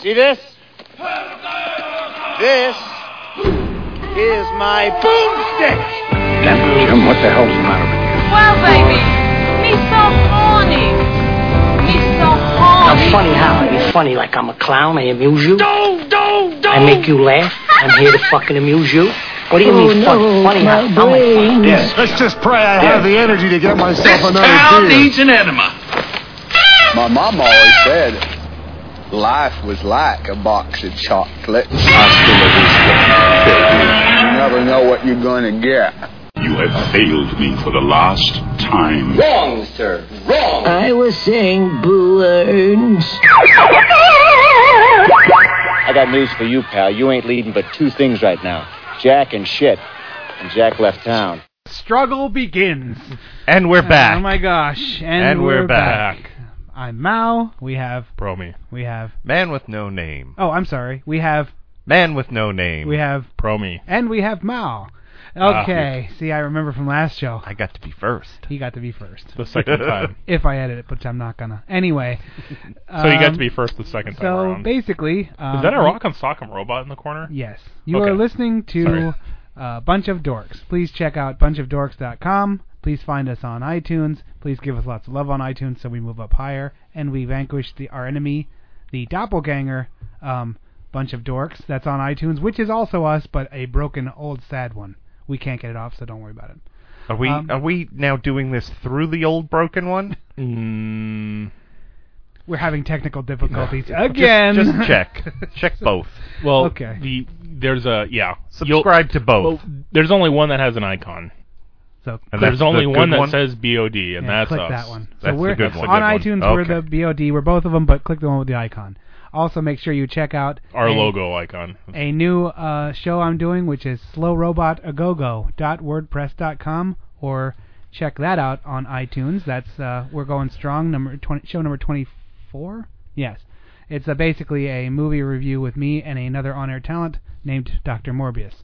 See this? This is my boomstick. Jim, what the hell's the matter with you? Well, baby, me so horny. Me so I'm horny. funny how? Are you funny like I'm a clown? I amuse you? Don't, don't, don't! Oh, I make you laugh? I'm here to fucking amuse you? What do you mean fun- funny how? How am I funny? Yes. Let's just pray I have the energy to get myself Oh, another Town beer. needs an enema. My mom always said life was like a box of chocolates. Hasta la vista, baby. You never know what you're gonna get. You have failed me for the last time. Wrong, sir. Wrong. I was saying balloons. I got news for you, pal. You ain't leading but two things right now Jack and shit. And Jack left town. Struggle begins. And we're back. Oh my gosh. And, And we're back. back. I'm Mao. We have Promi. we have Man with no name. Oh, I'm sorry. We have Man with no name. we have Promi. and we have Mao. Ah. Okay. See, I remember from last show. I got to be first. He got to be first. The second time. If I edit it, but I'm not gonna. Anyway. So you got um, to be first the second time So around. basically, um, Is that a rock on sock'em robot in the corner? Yes. You Okay. are listening to Sorry. uh, Bunch of Dorks. Please check out bunchofdorks.com. Please find us on iTunes. Please give us lots of love on iTunes so we move up higher and we vanquish the, our enemy, the doppelganger um, Bunch of Dorks. That's on iTunes, which is also us, but a broken, old, sad one. We can't get it off, so don't worry about it. Are we Um, are we now doing this through the old broken one? Mm, We're having technical difficulties again. Just, just check. check both. well, Okay. the there's a yeah. You'll- Subscribe to both. Well, there's only one that has an icon. so And that's There's only the good one that one? says BOD, and yeah, that's click us. that one. That's so the we're good one. on That's the good iTunes. one. We're the BOD. We're both of them, but click the one with the icon. Also, make sure you check out Our a- logo icon. a new uh, show I'm doing, which is slowrobotagogo.wordpress.com, or check that out on iTunes. That's uh, we're going strong. Number 20, show number 24. Yes, it's uh, basically a movie review with me and another on-air talent named Dr. Morbius.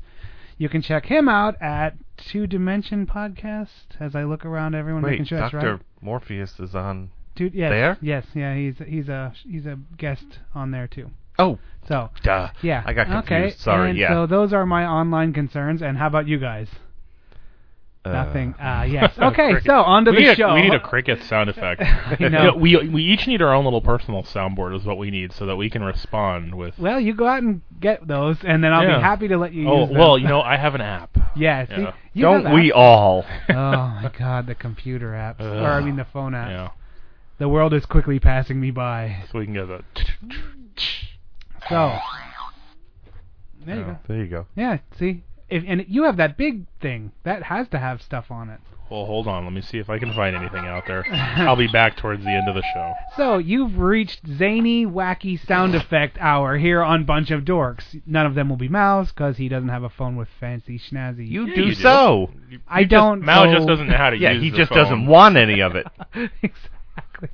You can check him out at Two Dimension Podcast. As I look around, everyone Wait, making sure that's Dr. right. Morpheus is on. Two, yes, there? Yes, yeah, he's he's a he's a guest on there too. Oh, So duh. yeah. I got confused. Okay. Sorry, and yeah. So those are my online concerns. And how about you guys? Uh, Nothing. Uh, yes. Okay. so on to we the need show. A, we need a cricket sound effect. I know. Yeah, we we each need our own little personal soundboard is what we need so that we can respond with. well, you go out and get those, and then I'll Yeah. be happy to let you oh use them. well, you know I have an app. Yeah. See, Yeah. you have Don't we apps. all? oh my God, the computer apps, or I mean the phone apps. Yeah, The world is quickly passing me by. so we can get the. So there you go. There you go. Yeah. See, if and you have that big thing that has to have stuff on it. Well, hold on. Let me see if I can find anything out there. I'll be back towards the end of the show. So you've reached zany, wacky sound effect hour here on Bunch of Dorks. None of them will be Mouse because he doesn't have a phone with fancy schnazzy. You Yeah, do you do. so. I don't. Mal so- just doesn't know how to Yeah, use. he the just phone. doesn't want any of it. exactly.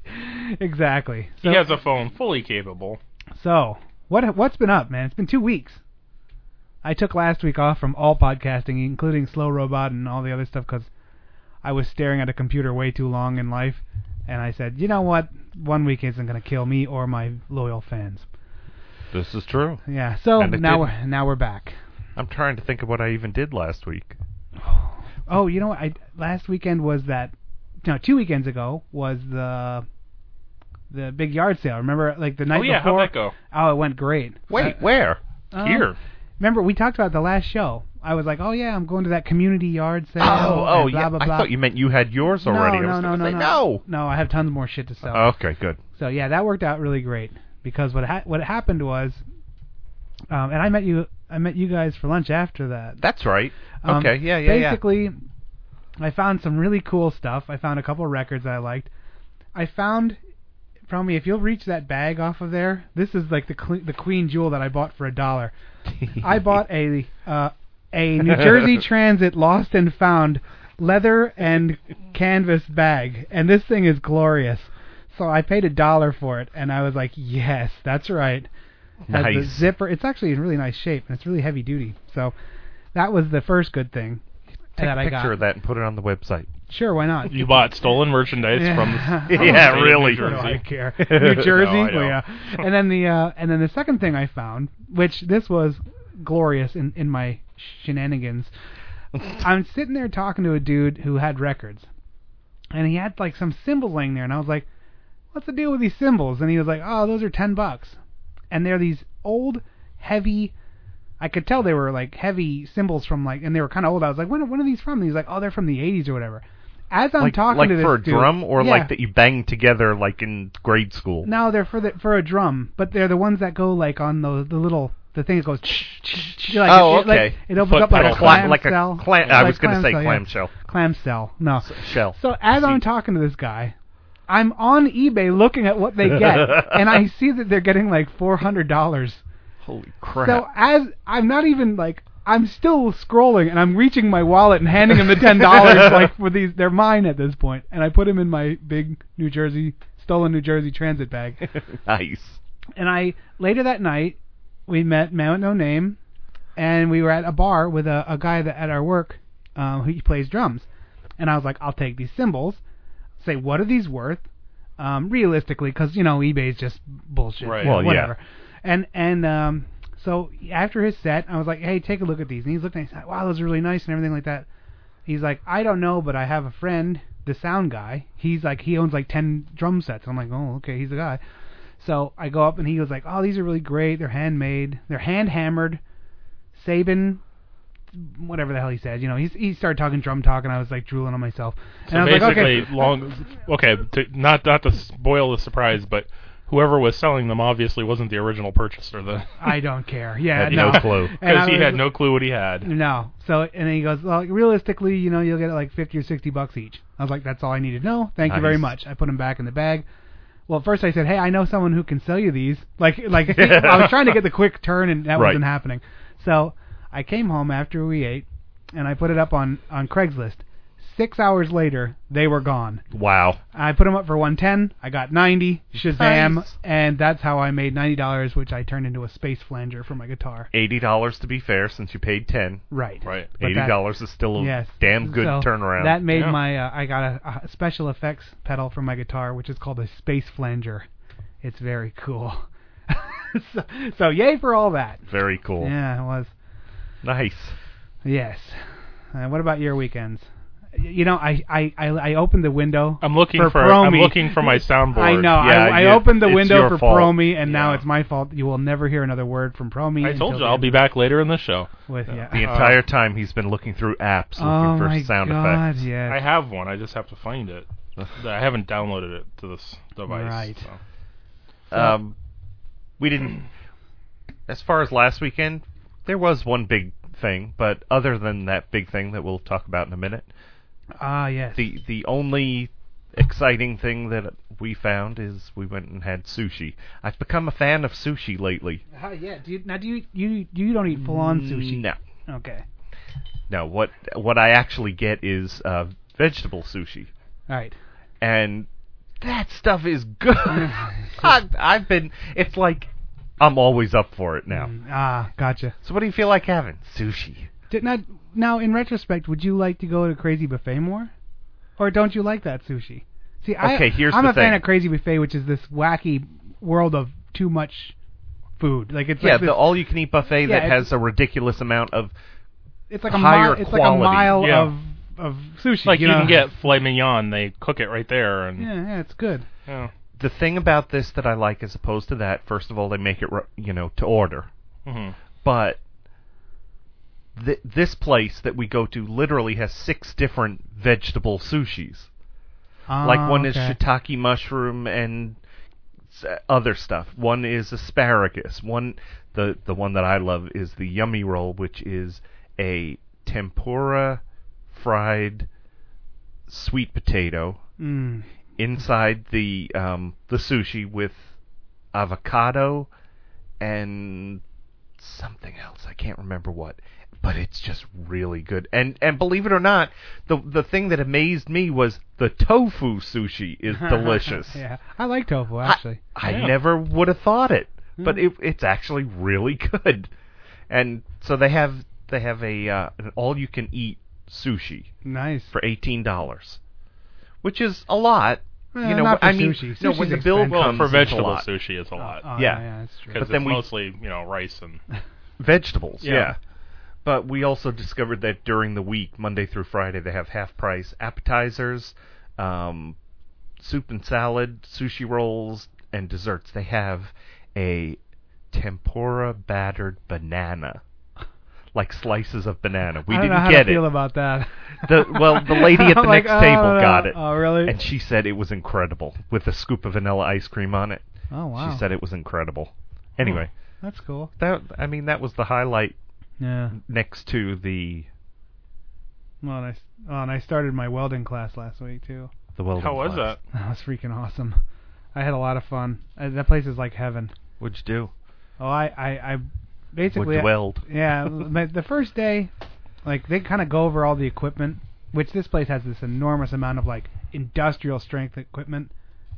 Exactly. He So, has a phone fully capable. so what what's been up, man? It's been two weeks. I took last week off from all podcasting, including Slow Robot and all the other stuff, because I was staring at a computer way too long in life. And I said, you know what? One week isn't going to kill me or my loyal fans. This is true. Yeah. So And it now didn't. we're now we're back. I'm trying to think of what I even did last week. Oh, you know what? I last weekend was that. No, two weekends ago was the the big yard sale. Remember, like the night oh yeah, before. how'd that go? Oh, it went great. Wait, where? Uh, Here. Remember, we talked about it the last show. I was like, oh yeah, I'm going to that community yard sale. Oh, oh, and blah, yeah. Blah, I blah. thought you meant you had yours already. No, I was no, no, gonna no, say, Uh-huh. no. No, I have tons more shit to sell. Okay, good. So yeah, that worked out really great because what ha- what happened was, um, and I met you I met you guys for lunch after that. That's right. Um, okay, yeah, yeah, yeah. basically, I found some really cool stuff. I found a couple records that I liked. I found, Promi, if you'll reach that bag off of there, this is like the cle- the queen jewel that I bought for a dollar. I bought a uh, a New Jersey Transit lost and found leather and canvas bag, and this thing is glorious. So I paid a dollar for it, and I was like, "Yes, that's right." Has the Nice. zipper. It's actually in really nice shape, and it's really heavy duty. So that was the first good thing Take that a I picture got. of that and put it on the website. Sure, why not? You bought stolen merchandise from the, Yeah. s- from the Yeah, state of really. New Jersey. No, Oh, I care. New Jersey, No, I well, know. yeah. And then the uh, and then the second thing I found, which this was glorious in in my shenanigans. I'm sitting there talking to a dude who had records, and he had like some symbols laying there, and I was like, "What's the deal with these symbols?" And he was like, "Oh, those are ten bucks," and they're these old, heavy. I could tell they were like heavy symbols from like, and they were kind of old. I was like, "When when are these from?" And he's like, "Oh, they're from the '80s or whatever." As I'm like talking like to this for a dude- drum or Yeah. like that you banged together like in grade school. No, they're for the for a drum, but they're the ones that go like on the the little the thing that goes. like, oh, it- it, like, okay. it opens up like a cla- like a clamshell. clam- I Like was going to say clamshell, yeah. clamshell. Clamshell. No. Shell. So as I'm talking to this guy, I'm on eBay looking at what they get, and I see that they're getting like four hundred dollars. Holy crap! So as I'm not even like I'm still scrolling and I'm reaching my wallet and handing him the ten dollars like for these they're mine at this point and I put them in my big New Jersey stolen New Jersey transit bag nice. and I later that night we met man with no name and we were at a bar with a, a guy that at our work um, who plays drums and I was like I'll take these cymbals say what are these worth um, realistically because you know eBay's just bullshit Right. you know, Well, yeah. whatever and and um, so after his set I was like hey take a look at these and he's looking at it, he's like wow those are really nice and everything like that he's like I don't know but I have a friend the sound guy he's like he owns like 10 drum sets I'm like oh okay he's the guy so I go up and he was like, "Oh, these are really great. They're handmade. They're hand hammered. Saban, whatever the hell he said. You know, he he started talking drum talk, and I was like drooling on myself. And So I was basically, like, okay, long. Okay, to, not not to spoil the surprise, but whoever was selling them obviously wasn't the original purchaser. Then I don't care. Yeah, had no, no clue And I because he was- had no clue what he had. No. So and then he goes, well, realistically, you know, you'll get like fifty or sixty bucks each. I was like, that's all I needed to know. Thank you very Nice. much. I put him back in the bag. Well, first I said, hey, I know someone who can sell you these. Like, like I was trying to get the quick turn, and that Right. wasn't happening. So I came home after we ate, and I put it up on on Craigslist. Six hours later, they were gone. Wow. I put them up for 110. I got 90. Shazam, Nice. and that's how I made ninety dollars, which I turned into a space flanger for my guitar. Eighty dollars to be fair, since you paid ten. Right. Right. But Eighty that- dollars is still a Yes. damn good So turnaround. That made Yeah. my uh, I got a, a special effects pedal for my guitar, which is called a space flanger. It's very cool. so, so yay for all that. very cool. Yeah, it was. Nice. Yes. Uh, what about your weekends? Y- You know, I I I, I opened the window. I'm looking for, for I'm Promi. looking for my soundboard. I know. Yeah, I, I you- opened the it's window your for fault. Promi, and now Yeah. it's my fault. You will never hear another word from Promi. I told until you the I'll end be back later in the show. With yeah. The entire time he's been looking through apps oh looking for my sound God! effects. Yes. I have one. I just have to find it. I haven't downloaded it to this device. Right. so. Um, we didn't. As far as last weekend, there was one big thing, but other than that big thing that we'll talk about in a minute, Ah yes. the the only exciting thing that we found is we went and had sushi. I've become a fan of sushi lately. Ah, yeah. Do you, now do you you you don't eat full on sushi? Mm, No, Okay. no. What what I actually get is uh, vegetable sushi, All right. and that stuff is good. I, I've been. It's like I'm always up for it now. Ah, gotcha. So what do you feel like having? Sushi. Did not now in retrospect, would you like to go to Crazy Buffet more, or don't you like that sushi? See, I, Okay, here's I'm the a fan thing. of Crazy Buffet, which is this wacky world of too much food. Like it's Yeah, like this, the all-you-can-eat buffet Yeah, that it's- has a ridiculous amount of it's like a higher mile, it's like a quality. mile Yeah. of of sushi. Like you, know? can get filet mignon. They cook it right there, and Yeah, yeah, it's good. yeah. the thing about this that I like as opposed to that. First of all, they make it ri- you know to order, Mhm. but th- this place that we go to literally has six different vegetable sushis. like Ah, one is okay. shiitake mushroom and s- other stuff. One is asparagus. One the the one that I love is the yummy roll, which is a tempura fried sweet potato Mm. inside the um, the sushi with avocado and something else. I can't remember what, but it's just really good. And and believe it or not, the the thing that amazed me was the tofu sushi is delicious. yeah, I like tofu actually. I Yeah. never would have thought it, but it, it's actually really good. And so they have they have a uh, an all you can eat sushi. Nice. For eighteen dollars, which is a lot. Eh, you know, not for I mean, sushi. no, Sushi's when the bill expensive. comes, Well, Well, for it's a vegetable lot. Uh, sushi, it's a lot. oh, yeah. yeah, that's true. Because But then it's we- mostly, you know, rice and vegetables. Yeah. Yeah. Hmm. But we also discovered that during the week, Monday through Friday, they have half price appetizers, um, soup and salad, sushi rolls, and desserts. They have a tempura battered banana, like slices of banana. We I don't didn't know how get to it. feel about that. The- well, the lady at the I'm like, next table oh, got it. Oh, really? and she said it was incredible with a scoop of vanilla ice cream on it. oh, wow. She said it was incredible. Anyway, That's cool. that I mean that was the highlight Yeah. next to the Well, and I, s- oh, and I started my welding class last week, too. the welding. how was class. that? That was freaking awesome. I had a lot of fun. Uh, that place is like heaven. What'd you do? Oh, I, I, I basically. Would you weld? yeah, my- the first day, like they kind of go over all the equipment, which this place has this enormous amount of like industrial strength equipment,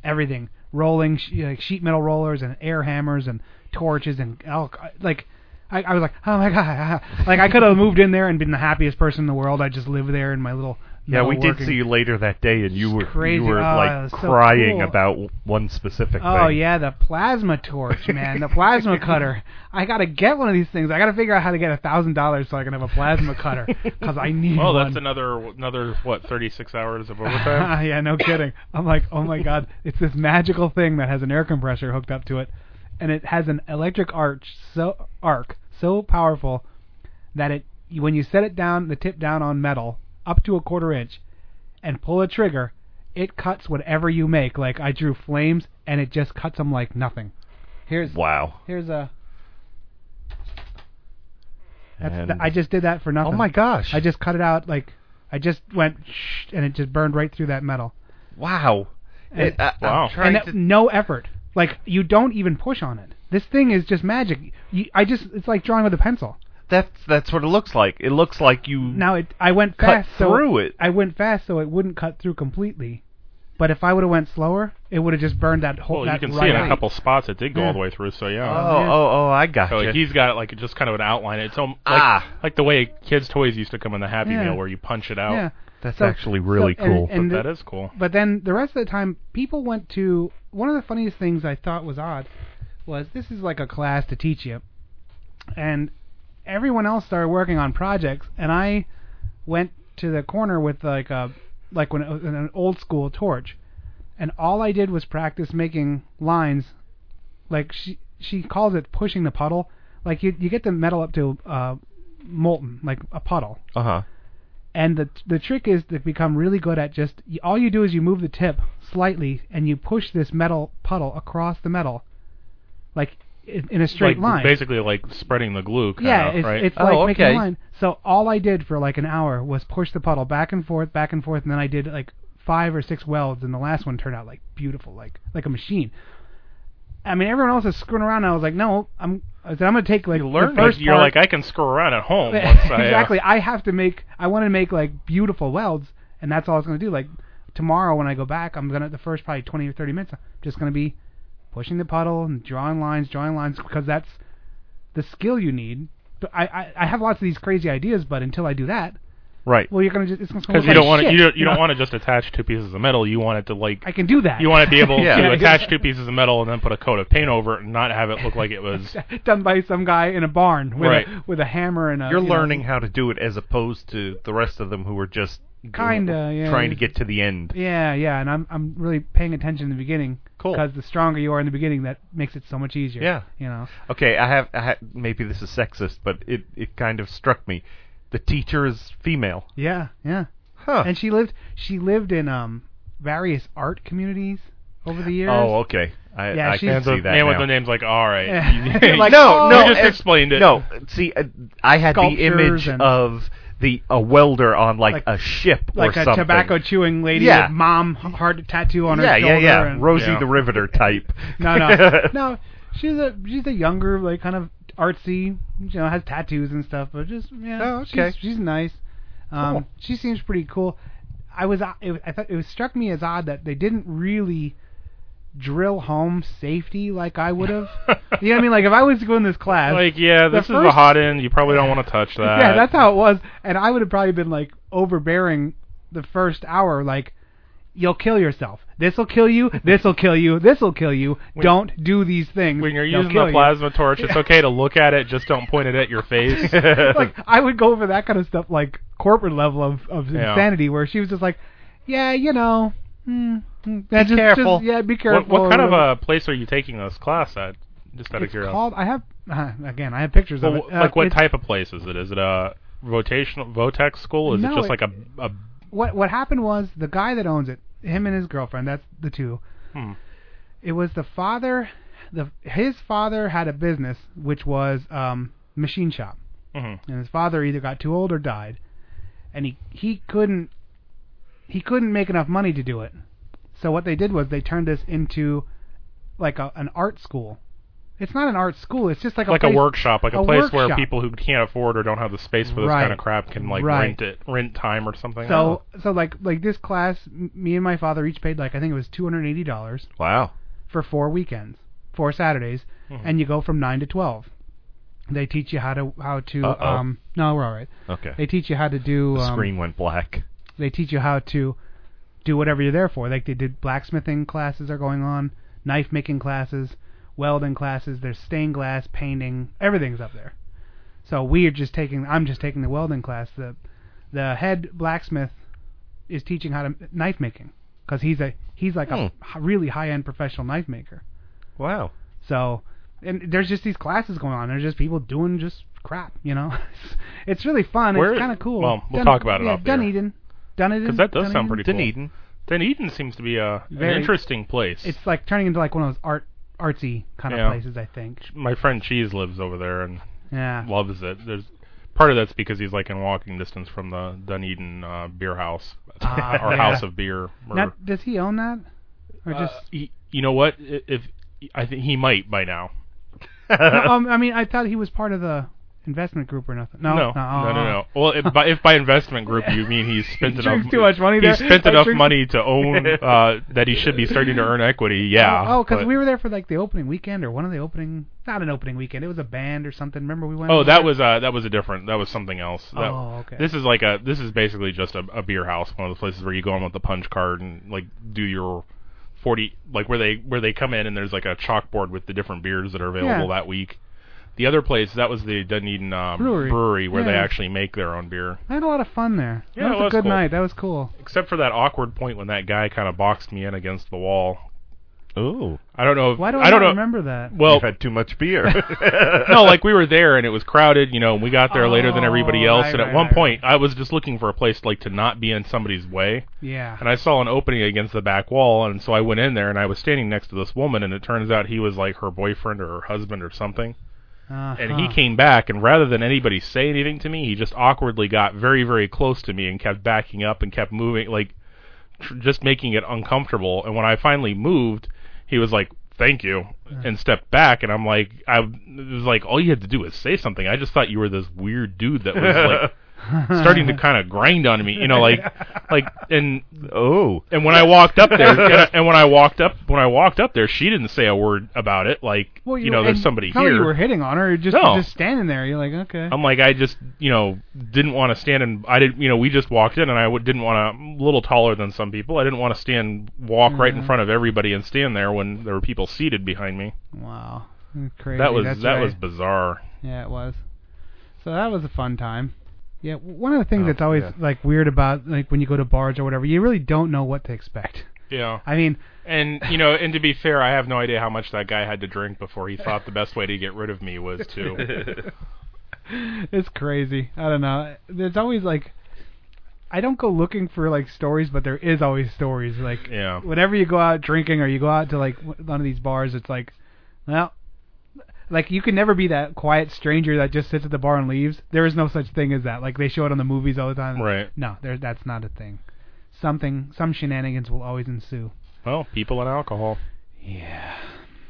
everything, rolling sh- like sheet metal rollers and air hammers and torches and all, like. I, I was like, oh my god! Like I could have moved in there and been the happiest person in the world. I just live there in my little. Yeah, we metalworking- did see you later that day, and you were crazy. you were Oh, it like was so crying cool. about w- one specific thing. Oh yeah, the plasma torch, man, the plasma cutter. I gotta get one of these things. I gotta figure out how to get a thousand dollars so I can have a plasma cutter because I need Well, one. that's another another what thirty six hours of overtime. yeah, no kidding. I'm like, oh my god, it's this magical thing that has an air compressor hooked up to it, and it has an electric arch so arc so powerful that it when you set it down the tip down on metal up to a quarter inch and pull a trigger, it cuts whatever you make. Like I drew flames, and it just cuts them like nothing. Here's Wow. here's a. That's And- I just did that for nothing. Oh my gosh. I just cut it out like I just went shh, and it just burned right through that metal. wow. It, I, Wow. I'm trying and that- to, no effort. Like you don't even push on it. This thing is just magic. You, I just it's like drawing with a pencil. that's that's what it looks like. It looks like you Now it I went cut fast so through it. I went fast so it wouldn't cut through completely. But if I would have went slower, it would have just burned that whole Well, that you can right see in a out. couple spots it did go Yeah. all the way through. So Oh, yeah. yeah. oh, oh! I got So gotcha. like, he's got like just kind of an outline. It's um, like, Ah. like the way kids' toys used to come in the Happy Yeah. Meal, where you punch it out. Yeah. That's So- actually really so- and- cool. and That the- is cool. But then the rest of the time, people went to one of the funniest things I thought was odd was this is like a class to teach you, and everyone else started working on projects, and I went to the corner with like a like when an an old school torch, and all I did was practice making lines, like she she calls it pushing the puddle, like you you get the metal up to uh molten like a puddle, uh huh. and the the trick is to become really good at just all you do is you move the tip slightly and you push this metal puddle across the metal, like in, in a straight like, line. Basically, like spreading the glue. Kind yeah, of, it's, right. it's Oh, like making a okay. line. So all I did for like an hour was push the puddle back and forth, back and forth, and then I did like five or six welds, and the last one turned out like beautiful, like like a machine. I mean, everyone else is screwing around. And I was like, no, I'm. I said, I'm gonna take like you learn the first it. You're part- like, I can screw around at home. Once I, uh, exactly. I have to make. I want to make like beautiful welds, and that's all I was gonna do. Like tomorrow when I go back, I'm gonna the first probably 20 or 30 minutes. I'm just gonna be pushing the puddle and drawing lines, drawing lines because that's the skill you need. But I I, I have lots of these crazy ideas, but until I do that, Right. well, you're gonna just it's gonna Because look you like don't want to Oh shit, you don't, you know? don't want to just attach two pieces of metal. You want it to like I can do that. you want to be able Yeah. to Yeah, attach two pieces of metal and then put a coat of paint over it and not have it look like it was. done by some guy in a barn with a, Right. with a hammer and a. You're you know, learning how to do it as opposed to the rest of them who were just Kinda, yeah. trying to get to the end. Yeah, yeah, and I'm I'm really paying attention in the beginning. Cool. Because the stronger you are in the beginning, that makes it so much easier. Yeah. You know. Okay, I have, I ha maybe this is sexist, but it it kind of struck me. The teacher is female. Yeah, yeah. Huh. And she lived she lived in um various art communities over the years. oh, okay. I, Yeah, I she's- can And the see that man with now. the name's like, all right. Yeah. You- Like, no, oh, no, you just it- explained it. No, see, uh, I had the Sculptures image and- of the a welder on like, Like- a ship like or a something. tobacco chewing lady Yeah. with mom heart tattoo on yeah, her yeah, shoulder. yeah, And, Rosie Yeah. the Riveter type. no, no, no. She's a she's a younger like kind of artsy, you know, has tattoos and stuff, but just yeah. Oh, okay. She's, she's nice. Um, Cool. she seems pretty cool. I was it, was- I thought it was struck me as odd that they didn't really drill home safety like I would have. you know what I mean? Like if I was to go in this class, Like, yeah, The this is the first- hot end. You probably don't want to touch that. yeah, that's how it was. And I would have probably been like overbearing the first hour. Like you'll kill yourself. This will kill you. This will kill you. This will kill you. don't do these things. When you're They'll using kill the you. plasma torch, it's okay to look at it, just don't point it at your face. like I would go over that kind of stuff, like corporate level of of Yeah. insanity, where she was just like, "Yeah, you know, mm, mm, yeah, just- just- careful. yeah, be What- careful." What, kind of uh, a a place are you taking this class at? Just out of it's curiosity. called? I have uh, again, I have pictures Well, of it. wh- Uh, like what it's- type of place is it? Is it a rotational Votex school? Is No, it just it- like a, a What what happened was the guy that owns it, him and his girlfriend, that's the two. Hmm. It was the father, the his father had a business which was um machine shop. mhm. and his father either got too old or died, and he he couldn't he couldn't make enough money to do it. So what they did was they turned this into like a, an art school. It's not an art school. It's just like a like place- a workshop, like a, place where workshop. people who can't afford or don't have the space for this Right. kind of crap can like Right. rent it, rent time or something. So so like like this class, m- me and my father each paid like I think it was two hundred eighty dollars Wow. for four weekends, four Saturdays, Mm-hmm. Mhm. and you go from nine to twelve. They teach you how to how to Uh-oh. um no we're all right. Okay. They teach you how to do the um, screen went black. they teach you how to do whatever you're there for. Like they did blacksmithing classes are going on, knife making classes, welding classes. There's stained glass painting. Everything's up there. So we are just taking. I'm just taking the welding class. The the head blacksmith is teaching how to knife making because he's a he's like Hmm. a h- really high end professional knife maker. Wow. So and there's just these classes going on. There's just people doing just crap. You know, it's really fun. Where- it's kind of cool. well, we'll Dun- talk about it yeah, off the air. Dunedin. Dunedin. because that does Dunedin? sound pretty cool. Dunedin. Dunedin seems to be a Very- an interesting place. It's like turning into like one of those art artsy kind Yeah. of places, I think. My friend Cheese lives over there and Yeah. loves it. There's part of that's because he's like in walking distance from the Dunedin uh, beer house Ah, or yeah. house of beer. Or, Now, does he own that? Or Uh, just y- you know what? I- If I think he might by now. No, um, I mean, I thought he was part of the investment group or nothing. No, no, oh, no, no, oh. no. Well, if by, if by investment group you mean he's spent He enough drinks too much money he there. spent I enough drink- money to own uh, that he should be starting to earn equity. Yeah. Oh, because but- we were there for like the opening weekend or one of the opening, not an opening weekend. It was a band or something. Remember we went? Oh, over that there? was uh, that was a different. That was something else. That- Oh, okay. This is like a. This is basically just a, a beer house, one of the places where you go in with the punch card and like do your forty, like where they where they come in and there's like a chalkboard with the different beers that are available Yeah. that week. The other place that was the Dunedin um, Brewery. where they Yeah. actually make their own beer. I had a lot of fun there. Yeah, that it was, was a good cool. night. That was cool. Except for that awkward point when that guy kind of boxed me in against the wall. Ooh. I don't know. If, Why do I, I, don't not know. remember that? Well, You've had too much beer. no, like we were there and it was crowded, you know, and we got there later than everybody Oh, else. right, and at right, one right, point, I was just looking for a place like to not be in somebody's way, Yeah. and I saw an opening against the back wall, and so I went in there and I was standing next to this woman, and it turns out he was like her boyfriend or her husband or something. And he Uh-huh. came back, and rather than anybody say anything to me, he just awkwardly got very, very close to me and kept backing up and kept moving, like tr- just making it uncomfortable. And when I finally moved, he was like, "Thank you," and stepped back. And I'm like, I it was like, all you had to do was say something. I just thought you were this weird dude that was like starting to kind of grind on me, you know, like, like, and oh. and when I walked up there, and, I- and when I walked up, when I walked up there, she didn't say a word about it. Like, Well, you, know, there's and somebody it's not like here. You were hitting on her. You're just No. you're just standing there. You're like, okay. I'm like, I just, you know, didn't want to stand and I didn't, you know, we just walked in and I w- didn't want to, I'm a little taller than some people. I didn't want to stand, walk right in Mhm. front of everybody and stand there when there were people seated behind me. wow. Crazy. that was, That's that right. was bizarre. Yeah, it was. So that was a fun time. Yeah, w- one of the things Oh, that's always yeah. like weird about like when you go to bars or whatever, you really don't know what to expect. Yeah. I mean, And, you know, and to be fair, I have no idea how much that guy had to drink before he thought the best way to get rid of me was to. it's crazy. I don't know. It's always like I don't go looking for like stories, but there is always stories. Like Yeah. whenever you go out drinking or you go out to like w- one of these bars, it's like, well, like you can never be that quiet stranger that just sits at the bar and leaves. There is no such thing as that. Like they show it on the movies all the time. Right. No, there that's not a thing. Something, some shenanigans will always ensue, well, people and alcohol.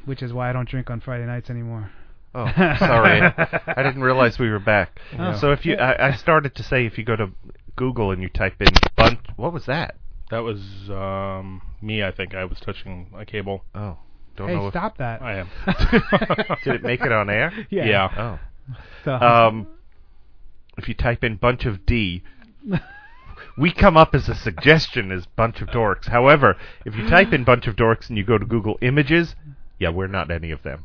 which is why I don't drink on Friday nights anymore. Oh, sorry. I didn't realize we were back. Oh. So if you, I, I started to say if you go to Google and you type in bunch, what was that? That was um, me, I think. I was touching a cable. Oh, don't know. Hey, if- stop that. I am. Did it make it on air? Yeah. Uh, yeah. Oh. So, Um, if you type in bunch of D, We come up as a suggestion as bunch of dorks. However, if you type in bunch of dorks and you go to Google Images, yeah, we're not any of them.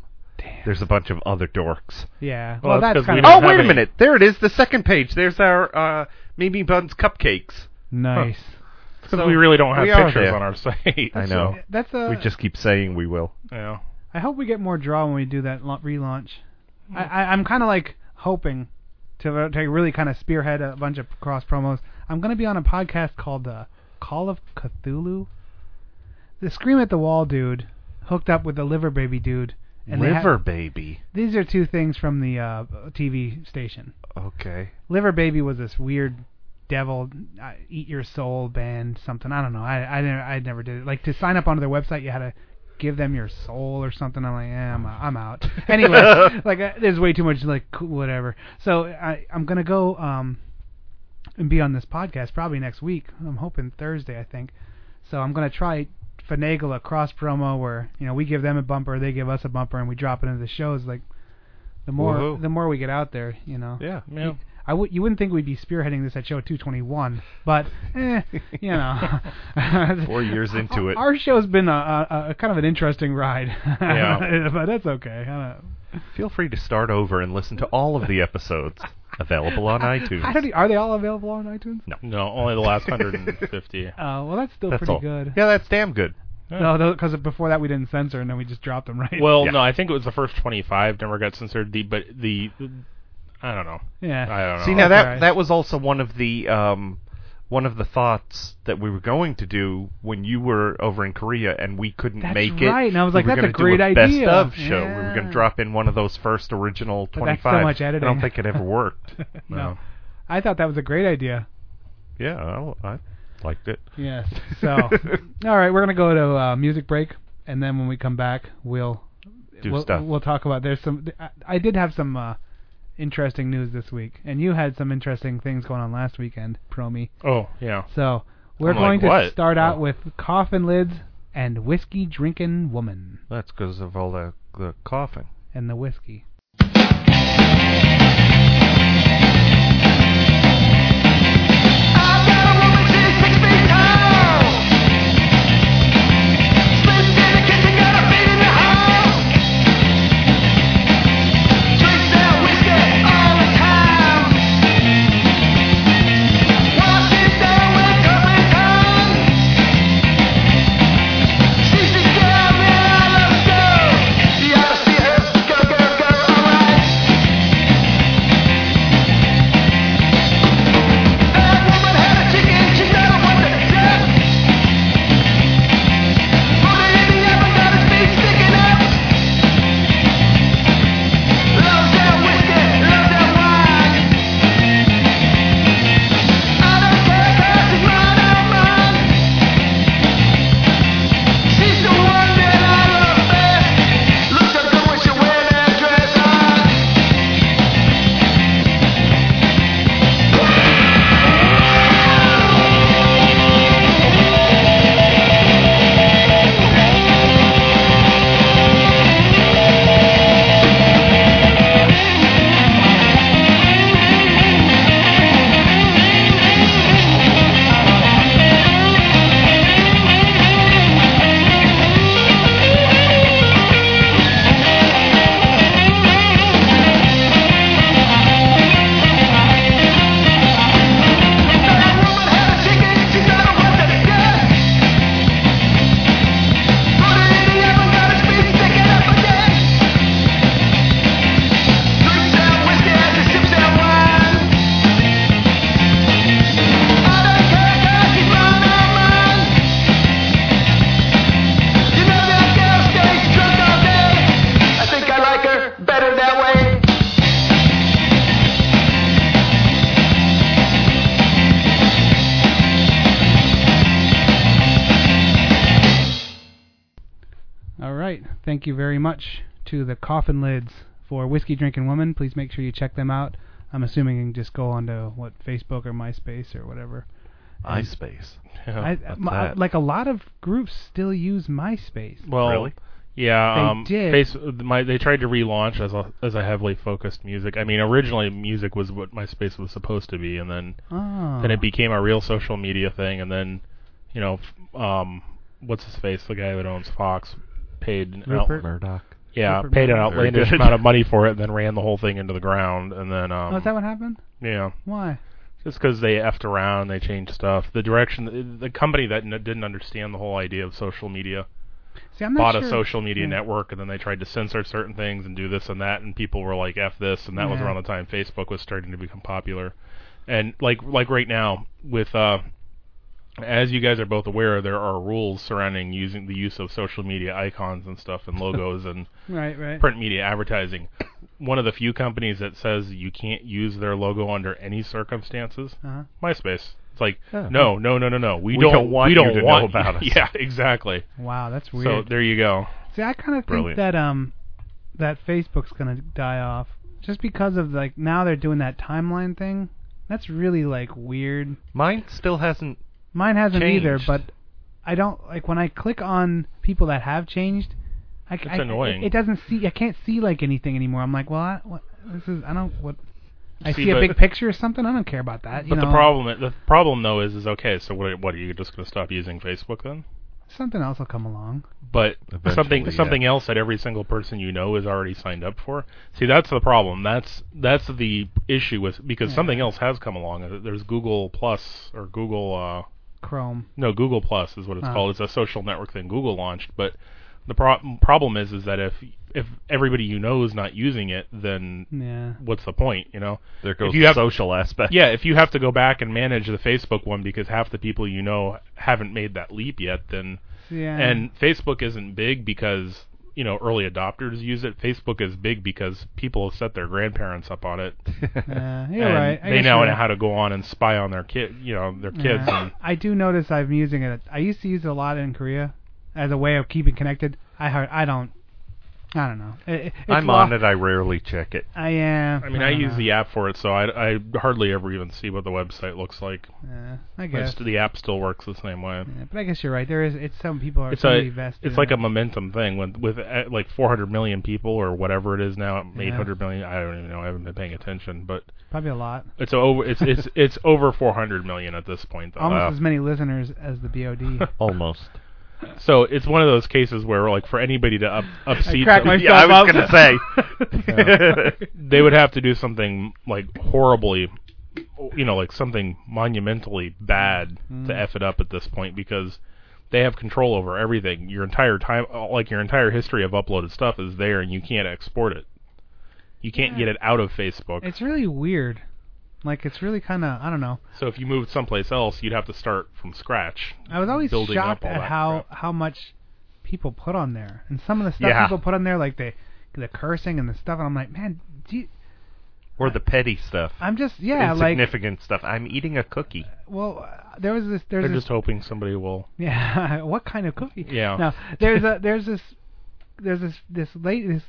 There's a bunch of other dorks. Yeah. Well, Well, that's that's kind oh, of wait a minute. There it is, the second page. There's our uh, Mimi Buns cupcakes. nice. Because So we really don't have we are pictures there. on our site. I so, know. That's a. we just keep saying we will. yeah. I hope we get more draw when we do that lo- relaunch. I, I, I'm kind of like hoping to to really kind of spearhead a bunch of cross promos. I'm going to be on a podcast called uh, Call of Cthulhu. The Scream at the Wall dude hooked up with the Liver Baby dude. And they ha- River Baby. these are two things from the uh, TV station. Okay. Liver Baby was this weird devil uh, eat your soul band something. I don't know. I I never I never did it. Like to sign up onto their website, you had to give them your soul or something. I'm like, eh, I'm I'm out. anyway, like uh, there's way too much like cool, whatever. So I I'm gonna go um and be on this podcast probably next week. I'm hoping Thursday I think. So I'm gonna try finagle a cross promo where you know we give them a bumper, they give us a bumper, and we drop it into the shows. Like the more Woohoo. the more we get out there, you know. Yeah. Yeah. I would you wouldn't think we'd be spearheading this at show 221, but eh, you know, Four years into it. Our show's been a, a, a kind of an interesting ride. Yeah. but that's okay. I Feel free to start over and listen to all of the episodes available on don't, iTunes. I don't, e- are they all available on iTunes? No, only the last 150. Uh, well, that's still That's pretty all. good. Yeah, that's damn good. No, because before that we didn't censor, and then we just dropped them right. Well, Yeah. no, I think it was the first 25 never got censored. The but the I don't know. yeah. I don't know. See now Okay. that that was also one of the um, one of the thoughts that we were going to do when you were over in Korea and we couldn't That's make it. right, and I was We like, were that's a gonna do great idea. Best of show. We were going Yeah. to drop in one of those first original so twenty-five. much I editing. don't think it ever worked. no. I thought that was a great idea. Yeah, I, I liked it. Yes. So, all right, we're gonna go to uh, music break, and then when we come back, we'll Do we'll, stuff. we'll talk about. There's some. I, I did have some uh, interesting news this week, and you had some interesting things going on last weekend, Promi. Oh yeah. So we're I'm going like, to what? start out Oh. with coffin lids and whiskey drinking woman That's because of all the the coughing. and the whiskey. Better that way. All right. Thank you very much to the Coffin Lids for Whiskey Drinking Woman. Please make sure you check them out. I'm assuming you can just go onto what Facebook or MySpace or whatever. MySpace. Yeah. I, Oh, What's my, that? like a lot of groups still use MySpace. well, Really? Yeah, They um, did. Face, my, they tried to relaunch as a as a heavily focused music. I mean, originally music was what MySpace was supposed to be, and then Oh. then it became a real social media thing. And then, you know, f- um, what's his face, the guy that owns Fox, paid an out- Rupert Murdoch. yeah, Rupert paid an Murdoch. Very outlandish good. amount of money for it, and then ran the whole thing into the ground. And then, um, oh, is that what happened? yeah, Why? just because they effed around, they changed stuff. The direction, the company that n- didn't understand the whole idea of social media See, I'm not bought sure. a social media yeah. network, and then they tried to censor certain things and do this and that, and people were like, "F this," and that was Yeah. around the time Facebook was starting to become popular. And like like right now, with uh, as you guys are both aware, there are rules surrounding using the use of social media icons and stuff and logos and Right, right. print media advertising. One of the few companies that says you can't use their logo under any circumstances. Uh-huh. MySpace. It's like Yeah. no, no, no, no, no. We, We don't want we you don't to know want about us. Yeah, exactly. Wow, that's So weird. there you go. See, I kind of think Brilliant. that um that Facebook's gonna die off just because of like now they're doing that timeline thing. That's really like weird. Mine still hasn't. Mine hasn't either, Changed. but I don't like when I click on people that have changed. I, c- It's I- annoying. It, doesn't see. I can't see like anything anymore. I'm like, well, I, what, this is. I don't what. I See, see, a but- big picture or something. I don't care about that. You But know, the problem, the problem though, is is okay. So what? What are you just going to stop using Facebook then? something else will come along. But Eventually, something yeah. something else that every single person you know is already signed up for. See, that's the problem. That's that's the issue with because Yeah. something else has come along. There's Google Plus or Google. Uh, Chrome. No, Google Plus is what it's Oh. called. It's a social network thing Google launched, but the pro- problem is is that if if everybody you know is not using it, then Yeah. what's the point, you know? There goes If you the have- social aspect. Yeah, if you have to go back and manage the Facebook one because half the people you know haven't made that leap yet, then Yeah. and Facebook isn't big because you know early adopters use it. Facebook is big because people have set their grandparents up on it. yeah, you're and right. I They guess now you're know right. how to go on and spy on their kid, you know, their kids. Yeah. And, I do notice I've been using it. I used to use it a lot in Korea as a way of keeping connected. I heard, I don't. I don't know. It, it- it's I'm lo- on it. I rarely check it. I am. I mean, I, don't use know. the app for it, so I, I hardly ever even see what the website looks like. Yeah, I It's- guess. the app still works the same way. Yeah, but I guess you're right. There is. It's some people are It's really a, vested. it's in like it. a momentum thing with with uh, like 400 million people or whatever it is now, Yeah. 800 million. I don't even know. I haven't been paying attention, but probably a lot. it's over. It's it's it's over 400 million at this point. Though. Almost Uh, as many listeners as the BOD. Almost. so it's one of those cases where like for anybody to up upseat cracked them, my- Yeah, I was Myself gonna up. say. they would have to do something like horribly, you know, like something monumentally bad Mm. to f it up at this point because they have control over everything. Your entire time, like your entire history of uploaded stuff is there, and you can't export it. You can't get it out of Facebook. it's really weird. Like it's really kind of I don't know. so if you moved someplace else, you'd have to start from scratch. I was always building shocked up all at that how crap. how much people put on there, and some of the stuff Yeah. people put on there, like the the cursing and the stuff. And I'm like, man, do you, or the petty stuff. I'm just yeah, like Insignificant stuff. I'm eating a cookie. well, uh, there was this there's They're this just hoping somebody will. Yeah. what kind of cookie? Yeah. No, there's a there's this there's this this late this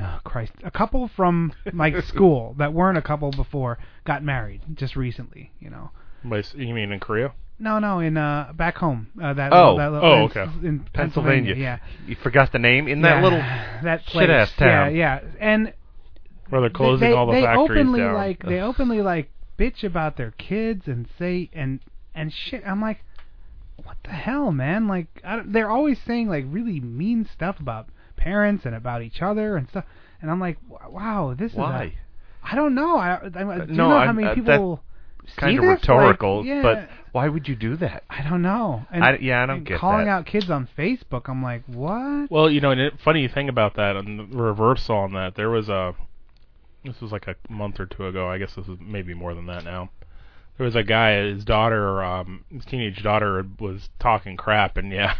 oh Christ a couple from like school that weren't a couple before got married just recently. You know. By, you mean in Korea? No, no, in uh back home. Uh, that Oh. that little, Oh, in- okay. In Pennsylvania. Pennsylvania, yeah. You forgot the name in that Yeah, little. that place. shit-ass town. Yeah, yeah, and Where they're closing they, all the they factories openly down. like they openly like bitch about their kids and say and and shit. I'm like, what the hell, man? Like I don't, they're always saying like really mean stuff about parents and about each other and stuff. And I'm like, w- wow, this Why? Uh, is. I I don't know. I, I, I do you know no, how I'm- many uh, people see kind of this? Like, rhetorical, yeah, but why would you do that? I don't know. And, I- yeah, I don't and get calling that. out kids on Facebook. I'm like, what? Well, you know, and it, funny thing about that, and the reverse on that, there was a. This was like a month or two ago. I guess this is maybe more than that now. There was a guy, his daughter, um, his teenage daughter was talking crap, and yeah,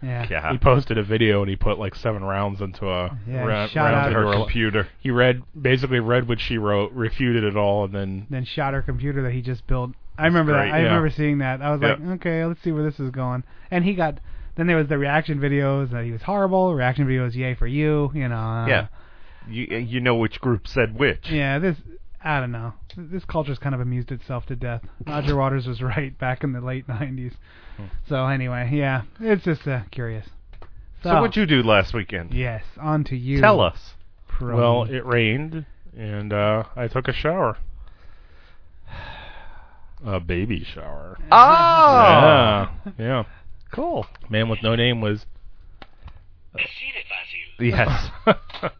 Yeah. Yeah. he posted a video and he put like seven rounds into a Yeah, ra- shout rounds out into to her- computer. He read basically read what she wrote, refuted it all, and then then shot her computer that he just built. I remember great, that. I yeah. remember seeing that. I was Yeah. like, okay, let's see where this is going. And he got. Then there was the reaction videos that he was horrible. Reaction videos, yay for you. You know. uh, Yeah. You uh, you know which group said which. Yeah. This. I don't know. This culture's kind of amused itself to death. Roger Waters was right back in the late '90s. So anyway, yeah, it's just uh, curious. So what'd you do last weekend? Yes, on to you. Tell us. Pro. Well, it rained, and uh, I took a shower. A baby Oh! shower. Ah! Yeah. yeah. Cool. Man with no name was. uh, Yes.